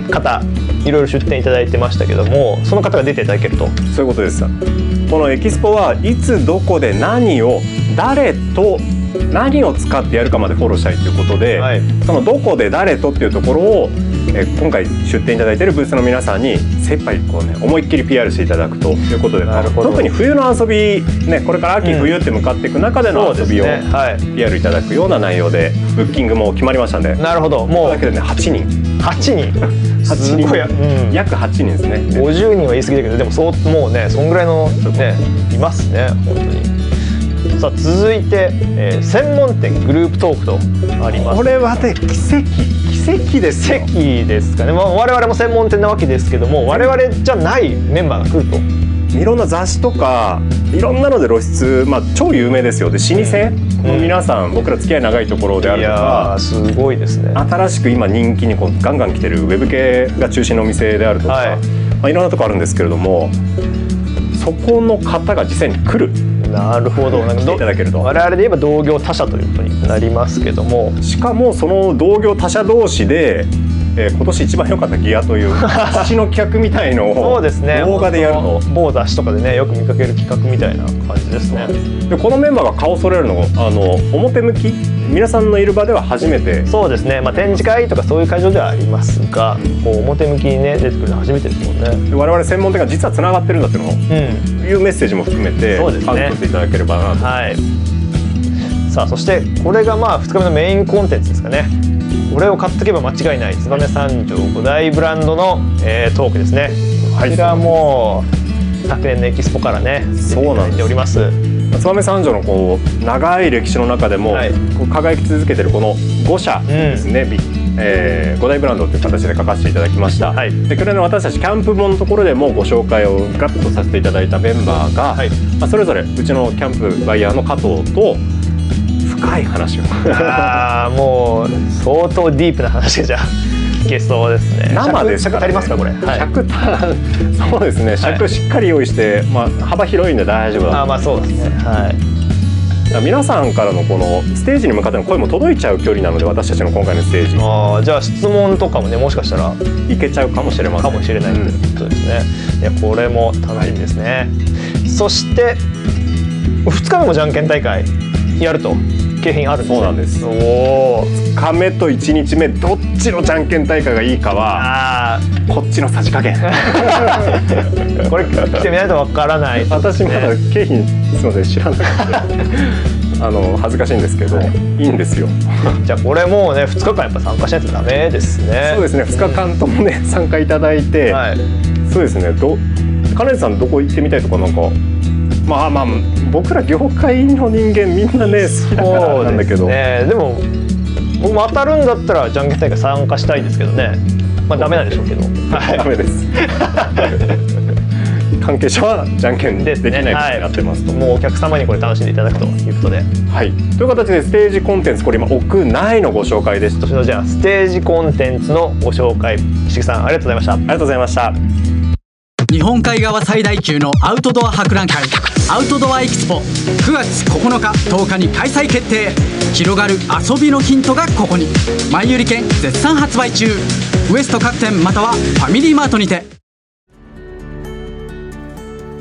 [SPEAKER 3] 方いろいろ出展いただいてましたけどもその方が出ていただけると
[SPEAKER 4] そういうことですこのエキスポはいつどこで何を誰と何を使ってやるかまでフォローしたいということで、
[SPEAKER 3] はい
[SPEAKER 4] そのどこで誰とっていうところを、えー今回出展いただいているブースの皆さんに精一杯こうね思いっきり PR していただくということで
[SPEAKER 3] なるほど
[SPEAKER 4] 特に冬の遊び、ね、これから秋
[SPEAKER 3] うん
[SPEAKER 4] 冬って向かっていく中での遊びを
[SPEAKER 3] はい、
[SPEAKER 4] PR いただくような内容でブッキングも決まりましたんで。
[SPEAKER 3] なるほど
[SPEAKER 4] こ
[SPEAKER 3] も
[SPEAKER 4] れ
[SPEAKER 3] う
[SPEAKER 4] だけでね8人
[SPEAKER 3] 8人
[SPEAKER 4] 8人
[SPEAKER 3] すごい、うん
[SPEAKER 4] 約8人ですね
[SPEAKER 3] 50人は言い過ぎだけどでもそうもうねそんぐらいのねいますね本当にさあ続いて、えー専門店グループトークとあります
[SPEAKER 4] これはね奇跡奇跡ですよ
[SPEAKER 3] 席ですかね、まあ、我々も専門店なわけですけども我々じゃないメンバーが来ると
[SPEAKER 4] いろんな雑誌とかいろんなので露出、まあ、超有名ですよで老舗の皆さん、僕ら付き合い長いところであ
[SPEAKER 3] い
[SPEAKER 4] ると
[SPEAKER 3] やー
[SPEAKER 4] か
[SPEAKER 3] すごいですね
[SPEAKER 4] 新しく今人気にこうガンガン来てるウェブ系が中心のお店であるとか、
[SPEAKER 3] はい
[SPEAKER 4] いまあ、いろんなとこあるんですけれどもそこの方が実際に来る
[SPEAKER 3] なるほどなんか
[SPEAKER 4] 来ていただけると
[SPEAKER 3] 我々で言えば同業他社ということになりますけども
[SPEAKER 4] しかもその同業他社同士で、えー今年一番良かったギアという 雑誌の企画みたいの
[SPEAKER 3] そ
[SPEAKER 4] を
[SPEAKER 3] うですね
[SPEAKER 4] 動画でやると。
[SPEAKER 3] 某雑誌とかでねよく見かける企画みたいな感じですね
[SPEAKER 4] でこのメンバーが顔揃えるのあの表向き皆さんのいる場では初めて
[SPEAKER 3] そうですね、まあ、展示会とかそういう会場ではありますがこう表向きにね出てくるの初めてですもんね。
[SPEAKER 4] で我々専門店が実はつながってるんだっていうのを
[SPEAKER 3] うん
[SPEAKER 4] いうメッセージも含めて
[SPEAKER 3] そうですね
[SPEAKER 4] 感じ取っていただければなと
[SPEAKER 3] はい、さあそしてこれがまあ2日目のメインコンテンツですかねこれを買っとけば間違いない燕三条5大ブランドの、えートークですねこちらも昨年のエキスポからね
[SPEAKER 4] そうなん
[SPEAKER 3] 出ていただい
[SPEAKER 4] です
[SPEAKER 3] ております
[SPEAKER 4] 燕三条のこう長い歴史の中でも、
[SPEAKER 3] はい
[SPEAKER 4] こう輝き続けてるこの5社ですね、びえ5大ブランドという形で書かせていただきました、
[SPEAKER 3] はい
[SPEAKER 4] で去年の私たちキャンプ本のところでもご紹介をガッとさせていただいたメンバーが、
[SPEAKER 3] はい
[SPEAKER 4] まあ、それぞれうちのキャンプバイヤーの加藤と深い話を
[SPEAKER 3] あーもう相当ディープな話がじゃあいけそうですね
[SPEAKER 4] 生ですか
[SPEAKER 3] 尺尺足
[SPEAKER 4] ら、ね、
[SPEAKER 3] りますかこれはい
[SPEAKER 4] 尺 そうですね尺しっかり用意して、まあ、幅広いんで大丈夫
[SPEAKER 3] あ
[SPEAKER 4] だ
[SPEAKER 3] ーまあそうですねはい
[SPEAKER 4] 皆さんからのこのステージに向かっての声も届いちゃう距離なので私たちの今回のステージ
[SPEAKER 3] あーじゃあ質問とかもねもしかしたら
[SPEAKER 4] いけちゃうかもしれませ
[SPEAKER 3] か
[SPEAKER 4] ん
[SPEAKER 3] もしれないということですね、いやこれも楽しみですね、そして2日目もじゃんけん大会やると景品あるんです、ね、
[SPEAKER 4] そうなんです
[SPEAKER 3] おお
[SPEAKER 4] 亀と1日目どっちのじゃんけん大会がいいかは
[SPEAKER 3] あ
[SPEAKER 4] こっちのさじ加減
[SPEAKER 3] ーこれ来てみないとわからない
[SPEAKER 4] 私まだ
[SPEAKER 3] ね
[SPEAKER 4] 景品すいません知 らなくてあの恥ずかしいんですけど、
[SPEAKER 3] はい
[SPEAKER 4] い、いんですよ
[SPEAKER 3] じゃあこれもうね2日間やっぱ参加しないとダメですね
[SPEAKER 4] そうですね2日間ともね参加いただいて、
[SPEAKER 3] はい、
[SPEAKER 4] そうですねど金井さんどこ行ってみたいとかなんかまあまあ僕ら業界の人間みんなねそう
[SPEAKER 3] そう
[SPEAKER 4] なんだけ
[SPEAKER 3] です
[SPEAKER 4] ど、
[SPEAKER 3] ねでも僕も当たるんだったらじゃんけん大会参加したいですけどねまあダメなんでしょうけどはい
[SPEAKER 4] ダメ です。関係者はじゃんけんでできないことになってますと。
[SPEAKER 3] もうお客様にこれ楽しんでいただくということで
[SPEAKER 4] はい、という形でステージコンテンツこれ今屋内のご紹介でした。あ
[SPEAKER 3] それではじゃあステージコンテンツのご紹介し木さんありがとうございました
[SPEAKER 4] りがとうございました。
[SPEAKER 7] 日本海側最大級のアウトドア博覧会アウトドアエキスポ9月9日10日に開催決定広がる遊びのヒントがここに前売り券絶賛発売中ウエスト各店またはファミリーマートにて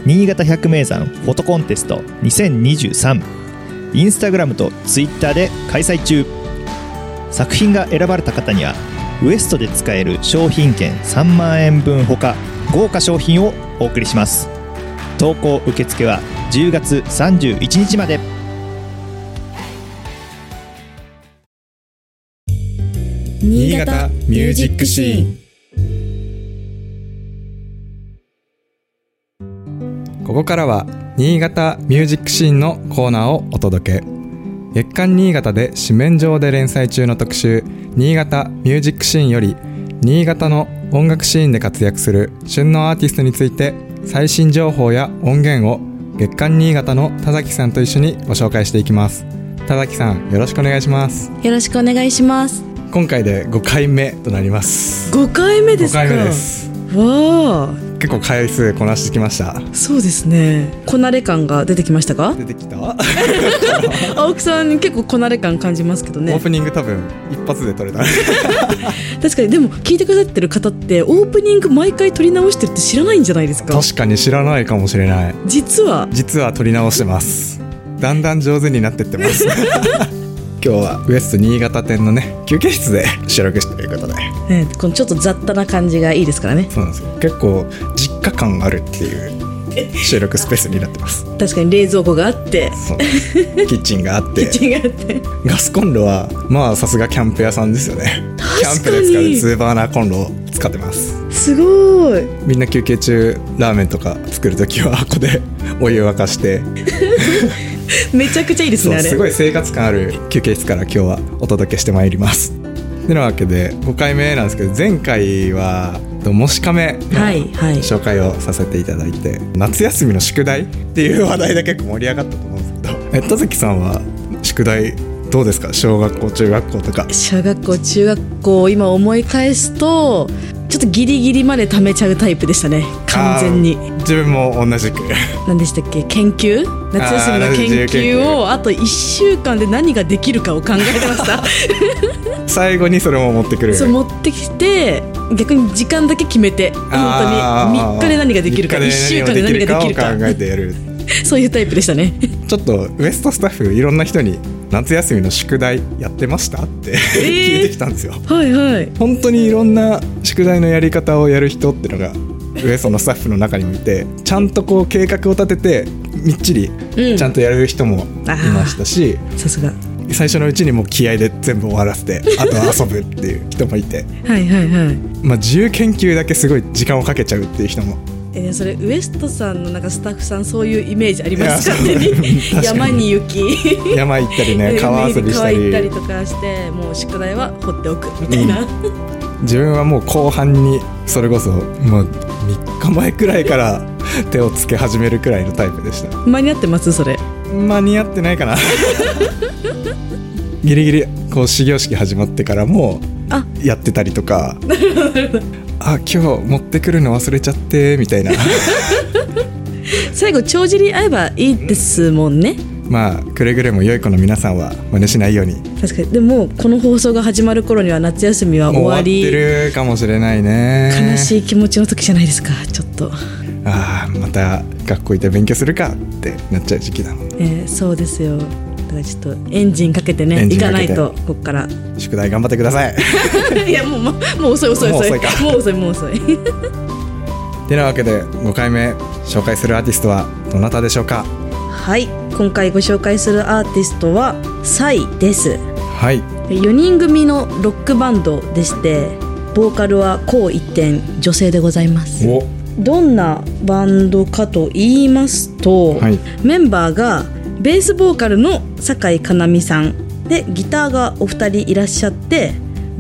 [SPEAKER 8] 新潟百名山フォトコンテスト2023インスタグラムとツイッターで開催中作品が選ばれた方にはウエストで使える商品券3万円分ほか豪華商品をお送りします投稿受付は10月31日まで
[SPEAKER 9] 新潟ミュージックシーン
[SPEAKER 10] ここからは新潟ミュージックシーンのコーナーをお届け月刊新潟で紙面上で連載中の特集「新潟ミュージックシーン」より新潟の音楽シーンで活躍する旬のアーティストについて最新情報や音源を月刊新潟の田崎さんと一緒にご紹介していきます田崎さんよろしくお願いします
[SPEAKER 9] よろしくお願いします
[SPEAKER 10] 今回で5回目となります
[SPEAKER 9] 5回目で
[SPEAKER 10] 5
[SPEAKER 9] すか
[SPEAKER 10] 回目です
[SPEAKER 9] わあ
[SPEAKER 10] 結構回数こなしてきました
[SPEAKER 9] そうですねこなれ感が出てきましたか
[SPEAKER 10] 出てきたオ
[SPEAKER 9] 青木さんに結構こなれ感感じますけどね
[SPEAKER 10] ープニング多分一発で撮れ た
[SPEAKER 9] 確かにでも聞いてくださってる方ってオープニング毎回撮り直してるって知らないんじゃないですか
[SPEAKER 10] 確かに知らないかもしれない
[SPEAKER 9] 実は
[SPEAKER 10] 実は撮り直してますだんだん上手になってってます 今日はウエスト新潟店のね休憩室で収録してということで
[SPEAKER 9] ね、このちょっと雑多な感じがいいですからね
[SPEAKER 10] そうなんですよ結構実家感があるっていう 収録スペースになってます
[SPEAKER 9] 確かに冷蔵庫があって
[SPEAKER 10] そうなんです キッチンがあって
[SPEAKER 9] 違って
[SPEAKER 10] ガスコンロはまあさすがキャンプ屋さんですよねキャン
[SPEAKER 9] 確か
[SPEAKER 10] プで使う
[SPEAKER 9] に
[SPEAKER 10] ツーバーナーコンロを使ってます
[SPEAKER 9] すごい
[SPEAKER 10] みんな休憩中ラーメンとか作るときはここでお湯沸かして
[SPEAKER 9] めちゃくちゃいいです
[SPEAKER 10] そ
[SPEAKER 9] ね
[SPEAKER 10] う
[SPEAKER 9] あれ
[SPEAKER 10] すごい生活感ある休憩室から今日はお届けしてまいります。てなわけで5回目なんですけど前回は「もしかめ」
[SPEAKER 9] はいはい
[SPEAKER 10] 紹介をさせていただいて夏休みの宿題っていう話題で結構盛り上がったと思うんですけどえ田崎さんは宿題どうですか小学校中学校とか
[SPEAKER 9] 小学校中学校今思い返すとちょっとギリギリまで貯めちゃうタイプでしたね完全に
[SPEAKER 10] あー自分も同じく
[SPEAKER 9] 何でしたっけ研究夏休みの研究をあと1週間で何ができるかを考えてました
[SPEAKER 10] 最後にそれも持ってくる
[SPEAKER 9] そう持ってきて逆に時間だけ決めて本当に3日で何ができるか1週間で何ができるか
[SPEAKER 10] を考えてやる
[SPEAKER 9] そういうタイプでしたね
[SPEAKER 10] ちょっとウエストスタッフいろんな人に夏休みの宿題やってましたって聞いてきたんですよ、
[SPEAKER 9] はいはい
[SPEAKER 10] 本当にいろんな宿題のやり方をやる人っていうのがウエストのスタッフの中にもいてちゃんとこう計画を立ててみっちり
[SPEAKER 9] うん
[SPEAKER 10] ちゃんとやれる人もいましたし、
[SPEAKER 9] さすが
[SPEAKER 10] 最初のうちにもう気合で全部終わらせてあとは遊ぶっていう人もいて、
[SPEAKER 9] はいはいはい
[SPEAKER 10] まあ、自由研究だけすごい時間をかけちゃうっていう人も
[SPEAKER 9] えーそれウエストさんのなんかスタッフさんそういうイメージあります
[SPEAKER 10] いや
[SPEAKER 9] 勝手
[SPEAKER 10] そう
[SPEAKER 9] に
[SPEAKER 10] 確か に
[SPEAKER 9] 山に行き
[SPEAKER 10] 山行ったり
[SPEAKER 9] 海
[SPEAKER 10] ね
[SPEAKER 9] に
[SPEAKER 10] 川遊びした
[SPEAKER 9] 川行ったり
[SPEAKER 10] り
[SPEAKER 9] とかしてもう宿題は放っておくみたいな、
[SPEAKER 10] 自分はもう後半にそれこそもう3日前くらいから手をつけ始めるくらいのタイプでした
[SPEAKER 9] 間に合ってますそれ
[SPEAKER 10] 間に合っ てないかなギリギリこう始業式始まってからもやってたりとかあ今日持ってくるの忘れちゃってみた いな
[SPEAKER 9] 最後帳尻合えばいいですもんね
[SPEAKER 10] まあくれぐれも良い子の皆さんは真似しないように
[SPEAKER 9] 確かにでもこの放送が始まる頃には夏休みは
[SPEAKER 10] もう
[SPEAKER 9] 終
[SPEAKER 10] 終わ
[SPEAKER 9] わ
[SPEAKER 10] って
[SPEAKER 9] り
[SPEAKER 10] るかもしれないね
[SPEAKER 9] 悲しい気持ちの時じゃないですかちょっと、
[SPEAKER 10] ああまた学校行って勉強するかってなっちゃう時期だもん
[SPEAKER 9] えーそうですよだからちょっとエンジンかけてね
[SPEAKER 10] エンジ
[SPEAKER 9] 行
[SPEAKER 10] ン
[SPEAKER 9] か
[SPEAKER 10] かけ
[SPEAKER 9] な
[SPEAKER 10] て
[SPEAKER 9] いとこっから
[SPEAKER 10] 宿題頑張ってください
[SPEAKER 9] いやもうもうもう遅い遅い遅い
[SPEAKER 10] もう遅いか
[SPEAKER 9] もう遅いもう遅い
[SPEAKER 10] てなわけで5回目紹介するアーティストはどなたでしょうか
[SPEAKER 9] はい今回ご紹介するアーティストはサイです
[SPEAKER 10] はい
[SPEAKER 9] 4人組のロックバンドでしてボーカルはこう一点女性でございます
[SPEAKER 10] お
[SPEAKER 9] どんなバンドかと言いますと、
[SPEAKER 10] はい
[SPEAKER 9] メンバーがベースボーカルの酒井かなみさんでギターがお二人いらっしゃって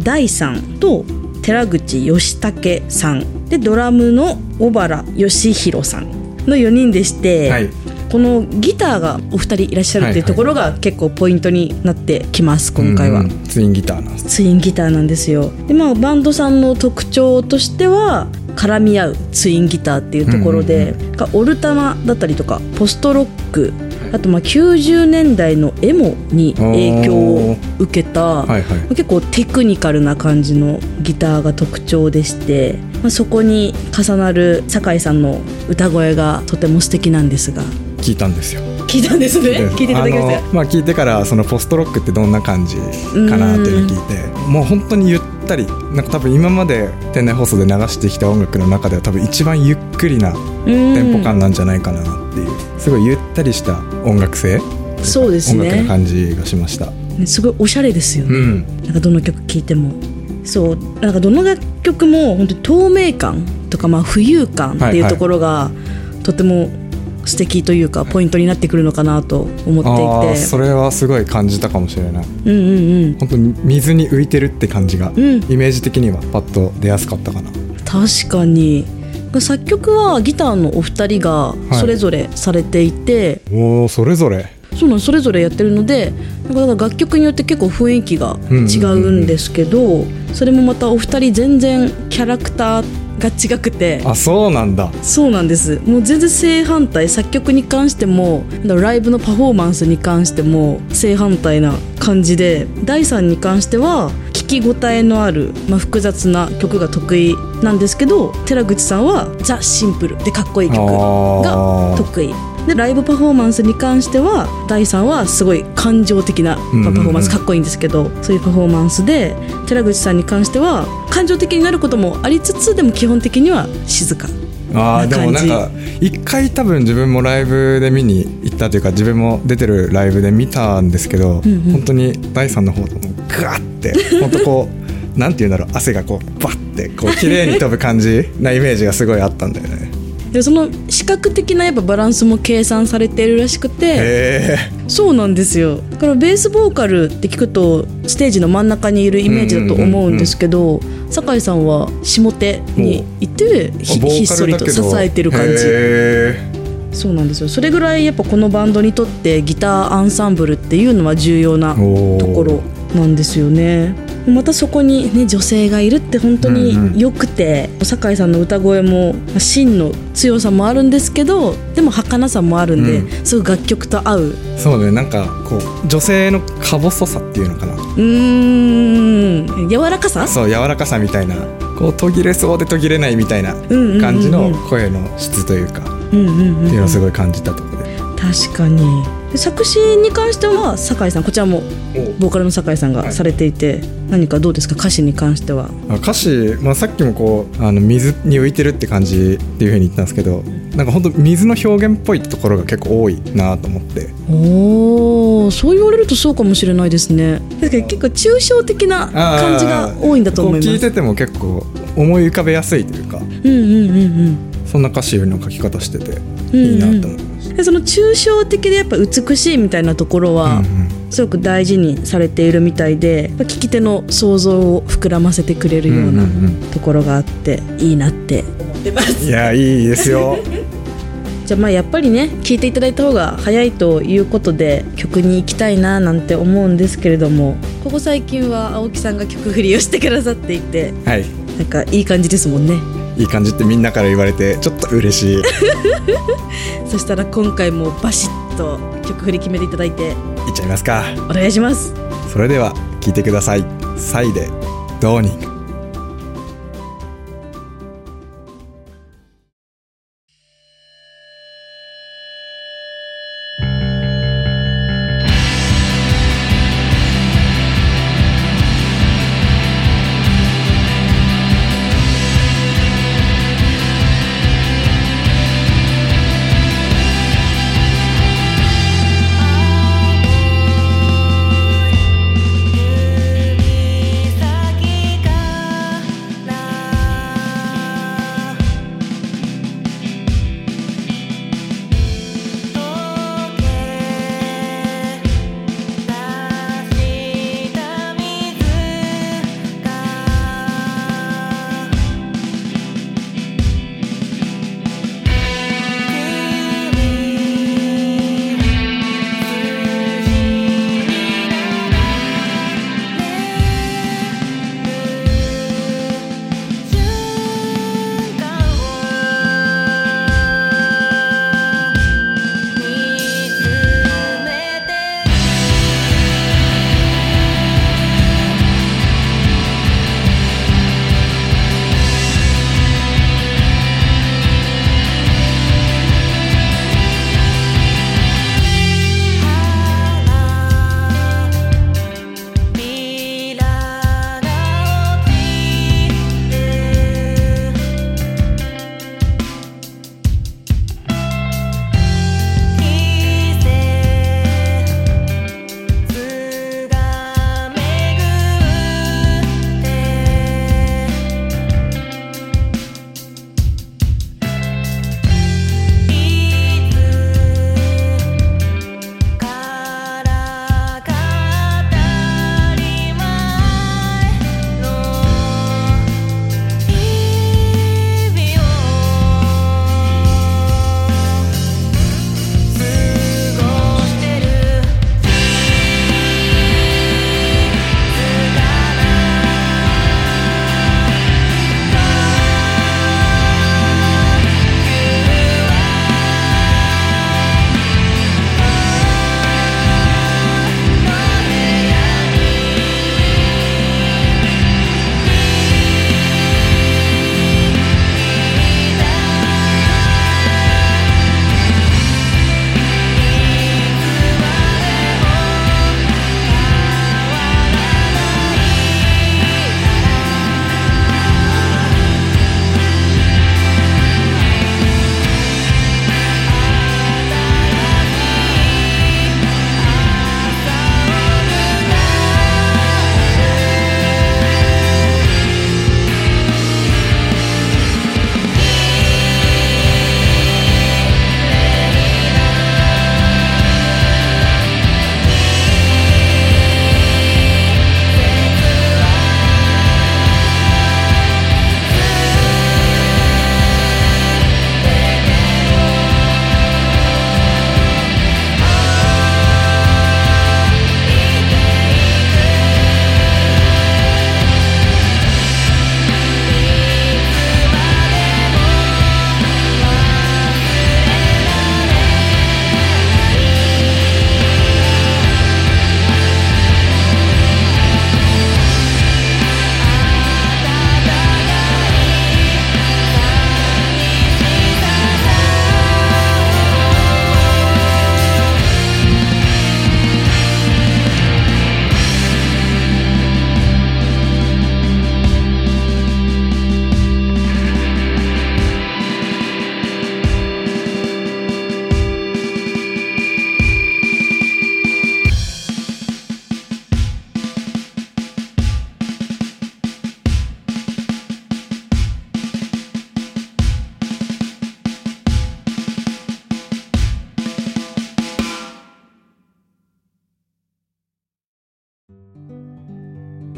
[SPEAKER 9] 大さんと寺口義武さんでドラムの小原義弘さんの4人でして、
[SPEAKER 10] はい
[SPEAKER 9] このギターがお二人いらっしゃるっていうところが結構ポイントになってきます今回は。
[SPEAKER 10] うんうんツインギターなんです
[SPEAKER 9] ツインギターなんですよで、まあ、バンドさんの特徴としては絡み合うツインギターっていうところで、がオルタナだったりとかポストロックあとまあ90年代のエモに影響を受けた、
[SPEAKER 10] はいはい
[SPEAKER 9] 結構テクニカルな感じのギターが特徴でして、まあ、そこに重なる酒井さんの歌声がとても素敵なんですが
[SPEAKER 10] 聞いたんですよ
[SPEAKER 9] 聞いたんですね聞いていただきました
[SPEAKER 10] あのまあ聞いてからそのポストロックってどんな感じかなっていうのを聞いてもう本当にゆったりなんか多分今まで店内放送で流してきた音楽の中では多分一番ゆっくりな
[SPEAKER 9] うん
[SPEAKER 10] テンポ感なんじゃないかなっていうすごいゆったりした音楽性
[SPEAKER 9] そうです
[SPEAKER 10] 音楽の
[SPEAKER 9] ね
[SPEAKER 10] 感じがしました
[SPEAKER 9] すごいおしゃれですよね
[SPEAKER 10] うん
[SPEAKER 9] なんかどの曲聴いてもそうなんかどの楽曲も本当に透明感とかまあ浮遊感って
[SPEAKER 10] はい
[SPEAKER 9] い
[SPEAKER 10] は
[SPEAKER 9] う
[SPEAKER 10] い
[SPEAKER 9] ところがとても素敵というかポイントになってくるのかなと思
[SPEAKER 10] あ
[SPEAKER 9] っ
[SPEAKER 10] あ
[SPEAKER 9] ていて
[SPEAKER 10] それはすごい感じたかもしれない
[SPEAKER 9] うんうんうん
[SPEAKER 10] 本当に水に浮いてるって感じが、
[SPEAKER 9] ん
[SPEAKER 10] イメージ的にはパッと出やすかったかな
[SPEAKER 9] 確かに作曲はギターのお二人が
[SPEAKER 10] い
[SPEAKER 9] それぞれされていて、
[SPEAKER 10] おーそれぞれ
[SPEAKER 9] そうなんそれぞれやってるのでなんかだから楽曲によって結構雰囲気が違うんですけど、それもまたお二人全然キャラクターが違くて
[SPEAKER 10] あそうなんだ
[SPEAKER 9] そうなんですもう全然正反対作曲に関してもなんだろうライブのパフォーマンスに関しても正反対な感じで第3に関しては聞き応えのある、まあ、複雑な曲が得意なんですけど寺口さんはザ・シンプルでかっこいい曲が得意でライブパフォーマンスに関しては第3はすごい感情的な
[SPEAKER 10] うんうんう
[SPEAKER 9] まあ
[SPEAKER 10] ん
[SPEAKER 9] パフォーマンスかっこいいんですけど、そういうパフォーマンスで寺口さんに関しては感情的になることもありつつでも基本的には静か
[SPEAKER 10] あ
[SPEAKER 9] な
[SPEAKER 10] ーで
[SPEAKER 9] 感
[SPEAKER 10] もなん
[SPEAKER 9] じ
[SPEAKER 10] か一回多分自分もライブで見に行ったというか自分も出てるライブで見たんですけど、本当に第三の方ともグワッて本当こう なんて言うんだろう汗がこうバッてこう綺麗に飛ぶ感じなイメージがすごいあったんだよね。
[SPEAKER 9] でその視覚的なやっぱバランスも計算されているらしくて
[SPEAKER 10] へ
[SPEAKER 9] そうなんですよだからベースボーカルって聞くとステージの真ん中にいるイメージだと思うんですけど酒井さんは下手にいて
[SPEAKER 10] ー
[SPEAKER 9] ひひっそりと支えてる感じ
[SPEAKER 10] へ
[SPEAKER 9] そうなんですよそれぐらいやっぱこのバンドにとってギターアンサンブルっていうのは重要な
[SPEAKER 10] ーおー
[SPEAKER 9] ところなんですよねまたそこに、ね、女性がいるって本当に良くて、酒井さんの歌声もまあ芯の強さもあるんですけどでも儚さもあるんで、すごい楽曲と合う
[SPEAKER 10] そうねなんかこう女性のか細さっていうのかな
[SPEAKER 9] うーん柔らかさ
[SPEAKER 10] そう柔らかさみたいなこう途切れそうで途切れないみたいな
[SPEAKER 9] うんうんうんうん
[SPEAKER 10] 感じの声の質というかっ
[SPEAKER 9] うんうん
[SPEAKER 10] て
[SPEAKER 9] うん
[SPEAKER 10] いうのをすごい感じたところで。
[SPEAKER 9] 確かにで作詞に関しては酒井さんこちらもボーカルの酒井さんがされていて、何かどうですか歌詞に関しては
[SPEAKER 10] あ歌詞、まあ、さっきもこうあの水に浮いてるって感じっていう風に言ったんですけどなんか本当水の表現っぽいところが結構多いなと思って
[SPEAKER 9] おーそう言われるとそうかもしれないですね確かに結構抽象的な
[SPEAKER 10] あー
[SPEAKER 9] 感じが多いんだと思います
[SPEAKER 10] こう聞いてても結構思い浮かべやすいというか
[SPEAKER 9] うんうんうん
[SPEAKER 10] そんな歌詞の書き方してて
[SPEAKER 9] うん
[SPEAKER 10] いいなと思いまし
[SPEAKER 9] うんでその抽象的でやっぱ美しいみたいなところ
[SPEAKER 10] た、
[SPEAKER 9] は
[SPEAKER 10] うんうん
[SPEAKER 9] すごく大事にされているみたいでやっぱ聞き手の想像を膨らませてくれるような
[SPEAKER 10] うんうんうん
[SPEAKER 9] ところがあっていいなって
[SPEAKER 10] いやいいですよ
[SPEAKER 9] じじゃあまあやっぱりね聞いていただいた方が早いということで曲に行きたいななんて思うんですけれどもここ最近は青木さんが曲振りをしてくださっていて
[SPEAKER 10] はい
[SPEAKER 9] なんかいい感じですもんね
[SPEAKER 10] いい感じってみんなから言われてちょっと嬉しい
[SPEAKER 9] そしたら今回もバシッと曲振り決めていただいて
[SPEAKER 10] いっちゃいますか
[SPEAKER 9] お願いします
[SPEAKER 10] それでは聞いてくださいサイでドーニング
[SPEAKER 11] 「先が見えない」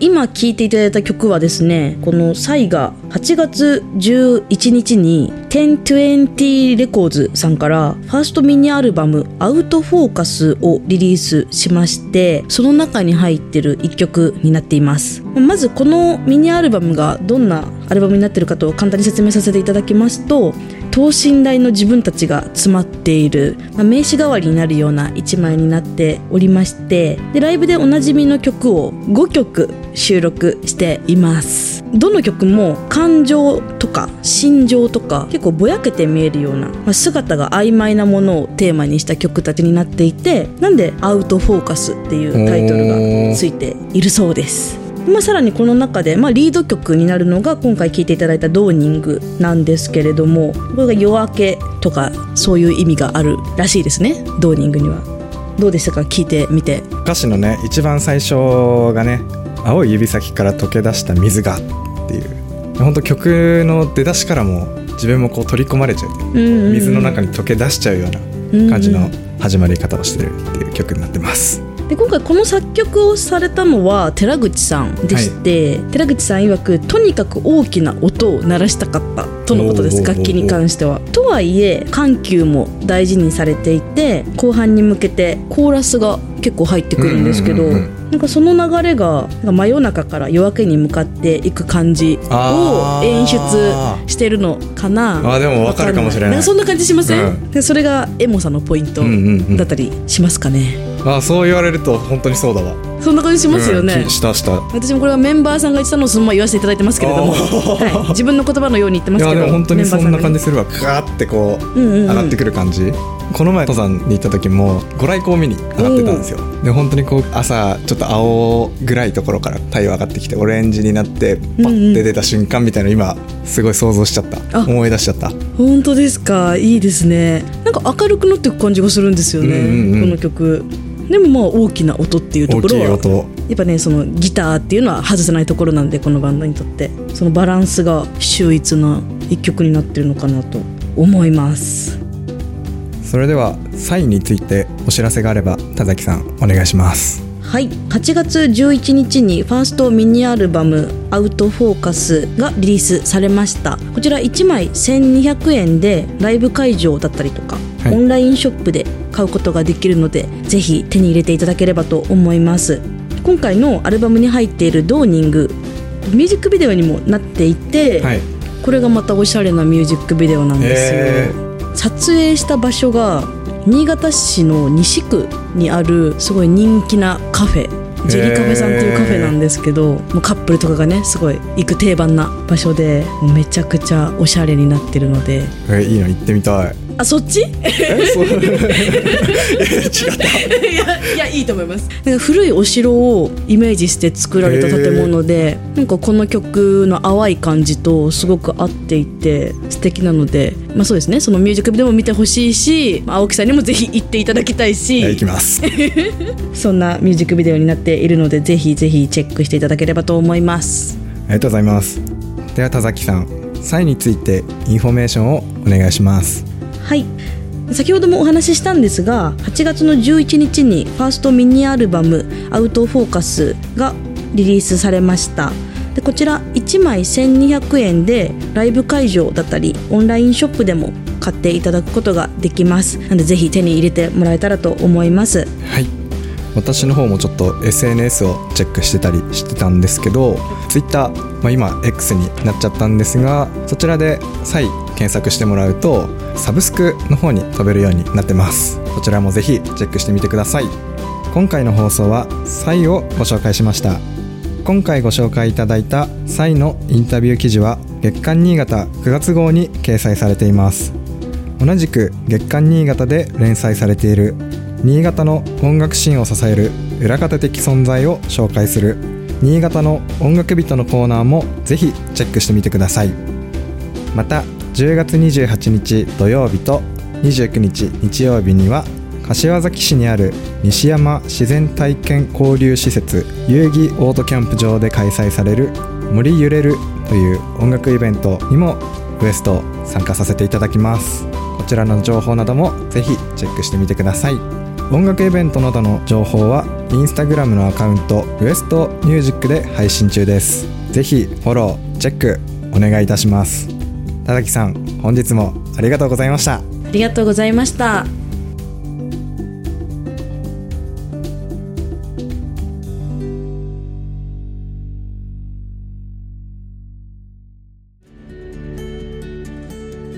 [SPEAKER 9] 今聴いていただいた曲はですねこのサイが8月11日に1020レコーズさんからファーストミニアルバム「アウトフォーカス」をリリースしましてその中に入ってる1曲になっていますまずこのミニアルバムがどんなアルバムになってるかと簡単に説明させていただきますと等身大の自分たちが詰まっている、まあ名刺代わりになるような一枚になっておりましてでライブでおなじみの曲を5曲収録していますどの曲も感情とか心情とか結構ぼやけて見えるような、まあ姿が曖昧なものをテーマにした曲たちになっていてなんで「アウトフォーカス」っていうタイトルがついているそうですまあ、さらにこの中で、まあ、リード曲になるのが今回聴いていただいた「ドーニング」なんですけれどもこれが夜明けとかそういう意味があるらしいですね「ドーニング」にはどうでしたか聞いてみて
[SPEAKER 10] 歌詞のね一番最初がね「青い指先から溶け出した水が」っていう本当曲の出だしからも自分もこう取り込まれちゃう
[SPEAKER 9] うんうんうん
[SPEAKER 10] 水の中に溶け出しちゃうような感じの始まり方をしてるっていう曲になってます。
[SPEAKER 9] で今回この作曲をされたのは寺口さんでして、寺口さん曰くとにかく大きな音を鳴らしたかったとのことで
[SPEAKER 10] お
[SPEAKER 9] す
[SPEAKER 10] ー
[SPEAKER 9] 楽器に関しては。とはいえ緩急も大事にされていて後半に向けてコーラスが結構入ってくるんですけど。
[SPEAKER 10] うんうんうんうん
[SPEAKER 9] なんかその流れがなんか真夜中から夜明けに向かっていく感じを
[SPEAKER 10] あー
[SPEAKER 9] 演出してるのかな
[SPEAKER 10] あーでもわかるかもしれない
[SPEAKER 9] んかそんな感じしません、
[SPEAKER 10] うん
[SPEAKER 9] でそれがエモさのポイント
[SPEAKER 10] うんうんうん
[SPEAKER 9] だったりしますかね、
[SPEAKER 10] あそう言われると本当にそうだわ。
[SPEAKER 9] そんな感じしますよね、
[SPEAKER 10] うんきしたした。
[SPEAKER 9] 私もこれはメンバーさんが言ってたのをそのまま言わせていただいてますけれども、
[SPEAKER 10] あー
[SPEAKER 9] はい、自分の言葉のように言ってま
[SPEAKER 10] い
[SPEAKER 9] す
[SPEAKER 10] や
[SPEAKER 9] け
[SPEAKER 10] で
[SPEAKER 9] ど
[SPEAKER 10] も本当にそんな感じ
[SPEAKER 9] じ
[SPEAKER 10] するわガーってこう
[SPEAKER 9] うんうんうん
[SPEAKER 10] 上がってくる感じ、この前登山に行った時もご来光見に上がってたんですよで本当にこう朝ちょっと青ぐらいところから太陽上がってきてオレンジになってパッて出た瞬間みたいな今すごい想像しちゃった、
[SPEAKER 9] あ
[SPEAKER 10] 思い出しちゃった
[SPEAKER 9] 本当ですかいいですねなんか明るくなっていく感じがするんですよね、
[SPEAKER 10] うんうんうん
[SPEAKER 9] この曲でもまあ大きな音っていうと
[SPEAKER 10] 大
[SPEAKER 9] こ
[SPEAKER 10] き
[SPEAKER 9] ろ
[SPEAKER 10] い
[SPEAKER 9] は
[SPEAKER 10] 音
[SPEAKER 9] やっぱねそのギターっていうのは外せないところなんでこのバンドにとってそのバランスが秀逸な一曲になってるのかなと思います
[SPEAKER 10] それではサインについてお知らせがあれば田崎さんお願いします
[SPEAKER 9] はい8月11日にファーストミニアルバム「アウトフォーカス」がリリースされましたこちら1枚1200円でライブ会場だったりとか、
[SPEAKER 10] はい
[SPEAKER 9] オンラインショップで買うことができるのでぜひ手に入れていただければと思います今回のアルバムに入っている「ドーニング」ミュージックビデオにもなっていて、
[SPEAKER 10] はい
[SPEAKER 9] これがまたおしゃれなミュージックビデオなんですよ、
[SPEAKER 10] え
[SPEAKER 9] 撮影した場所が新潟市の西区にあるすごい人気なカフェジェリカフェさんっていうカフェなんですけど、もうカップルとかがねすごい行く定番な場所でもうめちゃくちゃおしゃれになってるので
[SPEAKER 10] ーえいいの行ってみたい
[SPEAKER 9] あそっちい
[SPEAKER 10] えそう
[SPEAKER 9] やい やいいと思いますなんか古いお城をイメージして作られた建物でなんかこの曲の淡い感じとすごく合っていて素敵なのでまあそうですねそのミュージックビデオも見てほしいしまあ青木さんにもぜひ行っていただきたいし
[SPEAKER 10] じゃあ行きます
[SPEAKER 9] そんなミュージックビデオになっているのでぜひぜひチェックしていただければと思います
[SPEAKER 10] ありがとうございます。では田崎さん、サイについてインフォメーションをお願いします。
[SPEAKER 9] はい先ほどもお話ししたんですが8月の11日にファーストミニアルバム「アウトフォーカス」がリリースされましたでこちら1枚1200円でライブ会場だったりオンラインショップでも買っていただくことができますなのでぜひ手に入れてもらえたらと思います
[SPEAKER 10] はい。私の方もちょっと SNS をチェックしてたりしてたんですけど、Twitter、まあ、今 X になっちゃったんですが、そちらでサイ検索してもらうと、サブスクの方に飛べるようになってます。こちらもぜひチェックしてみてください。今回の放送はサイをご紹介しました。今回ご紹介いただいたサイのインタビュー記事は月刊新潟9月号に掲載されています同じく月刊新潟で連載されている新潟の音楽シーンを支える裏方的存在を紹介する新潟の音楽人のコーナーもぜひチェックしてみてくださいまた10月28日土曜日と29日日曜日には柏崎市にある西山自然体験交流施設遊戯オートキャンプ場で開催される「森揺れる」という音楽イベントにもウエスト参加させていただきますこちらの情報などもぜひチェックしてみてください
[SPEAKER 12] 音楽イベントなどの情報はインスタグラムのアカウントウエストミュージックで配信中ですぜひフォローチェックお願いいたします田崎さん本日もありがとうございました
[SPEAKER 9] ありがとうございました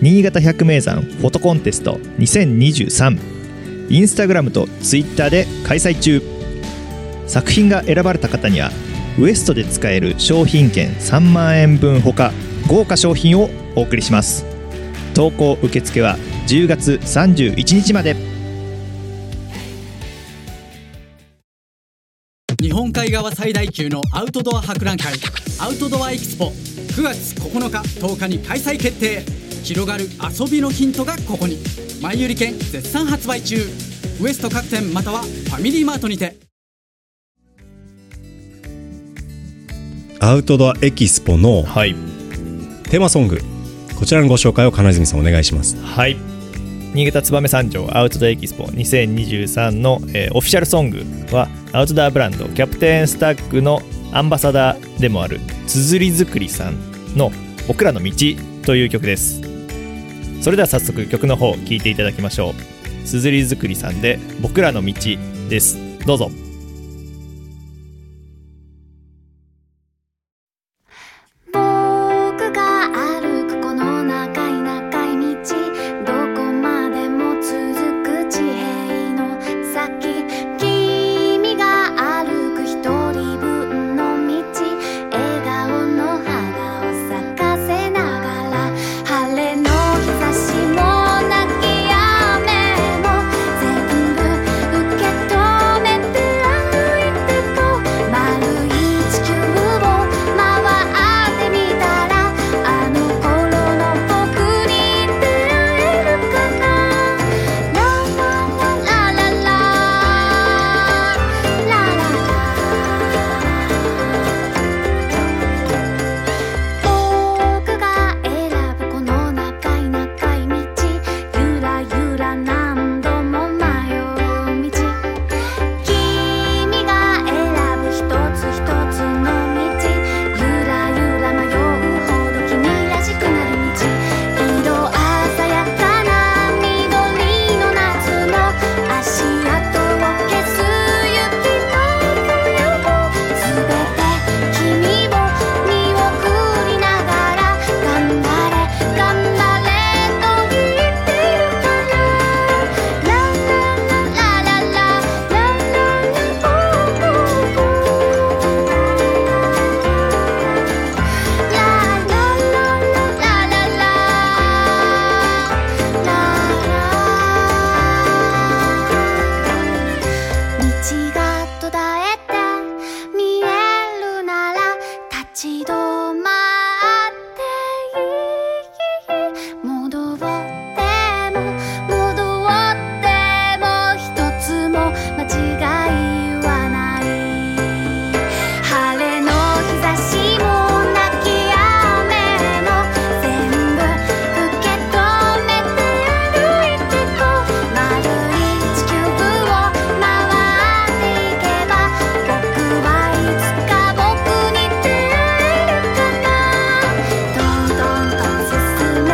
[SPEAKER 3] 新潟百名山フォトコンテスト2023インスタグラムとツイッターで開催中作品が選ばれた方にはウエストで使える商品券3万円分ほか豪華商品をお送りします投稿受付は10月31日まで
[SPEAKER 13] 日本海側最大級のアウトドア博覧会アウトドアエキスポ9月9日10日に開催決定広がる遊びのヒントがここに前売り券絶賛発売中ウエスト各店またはファミリーマートにて
[SPEAKER 2] アウトドアエキスポの
[SPEAKER 3] はい
[SPEAKER 2] テーマソングこちらのご紹介を金泉さんお願いします
[SPEAKER 3] はい新潟燕三条アウトドアエキスポ2023の、えーオフィシャルソングはアウトドアブランドキャプテンスタックのアンバサダーでもあるつづりづくりさんの「僕らの道」という曲ですそれでは早速曲の方聴いていただきましょうつづりづくりさんで「僕らの道」ですどうぞ
[SPEAKER 10] 僕が歩くこの長い長い道どこまでも続く地平の先君が歩く一人分の道笑顔の花を咲かせながら晴れの日差しも泣き雨も全部受け止めて歩いてこう丸い地球を回ってみたらあの頃の僕に出会えるかなラララララララ僕が選ぶこの長い長い道ゆらゆら何度も迷う道君が選ぶ一つ一つの道ゆらゆら迷うほど君らしくなる道色鮮やかな緑の夏の足跡を消す雪の影も全て君を見送りながら頑張れ頑張れと言っているからラララララララ道が途絶えて見えるなら立ち止まっていい戻っても戻っても一つも間違いはない晴れの日差しも泣き雨も全部受け止めて歩いてこう丸い地球を回っていけば僕はいつか僕に出会えるかなどんどんと進め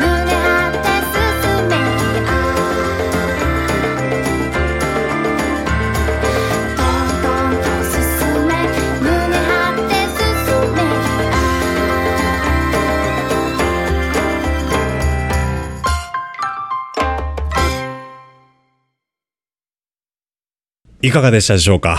[SPEAKER 10] 胸張って進め合うどんどんと進め胸張って進め
[SPEAKER 2] いかがでしたでしょうか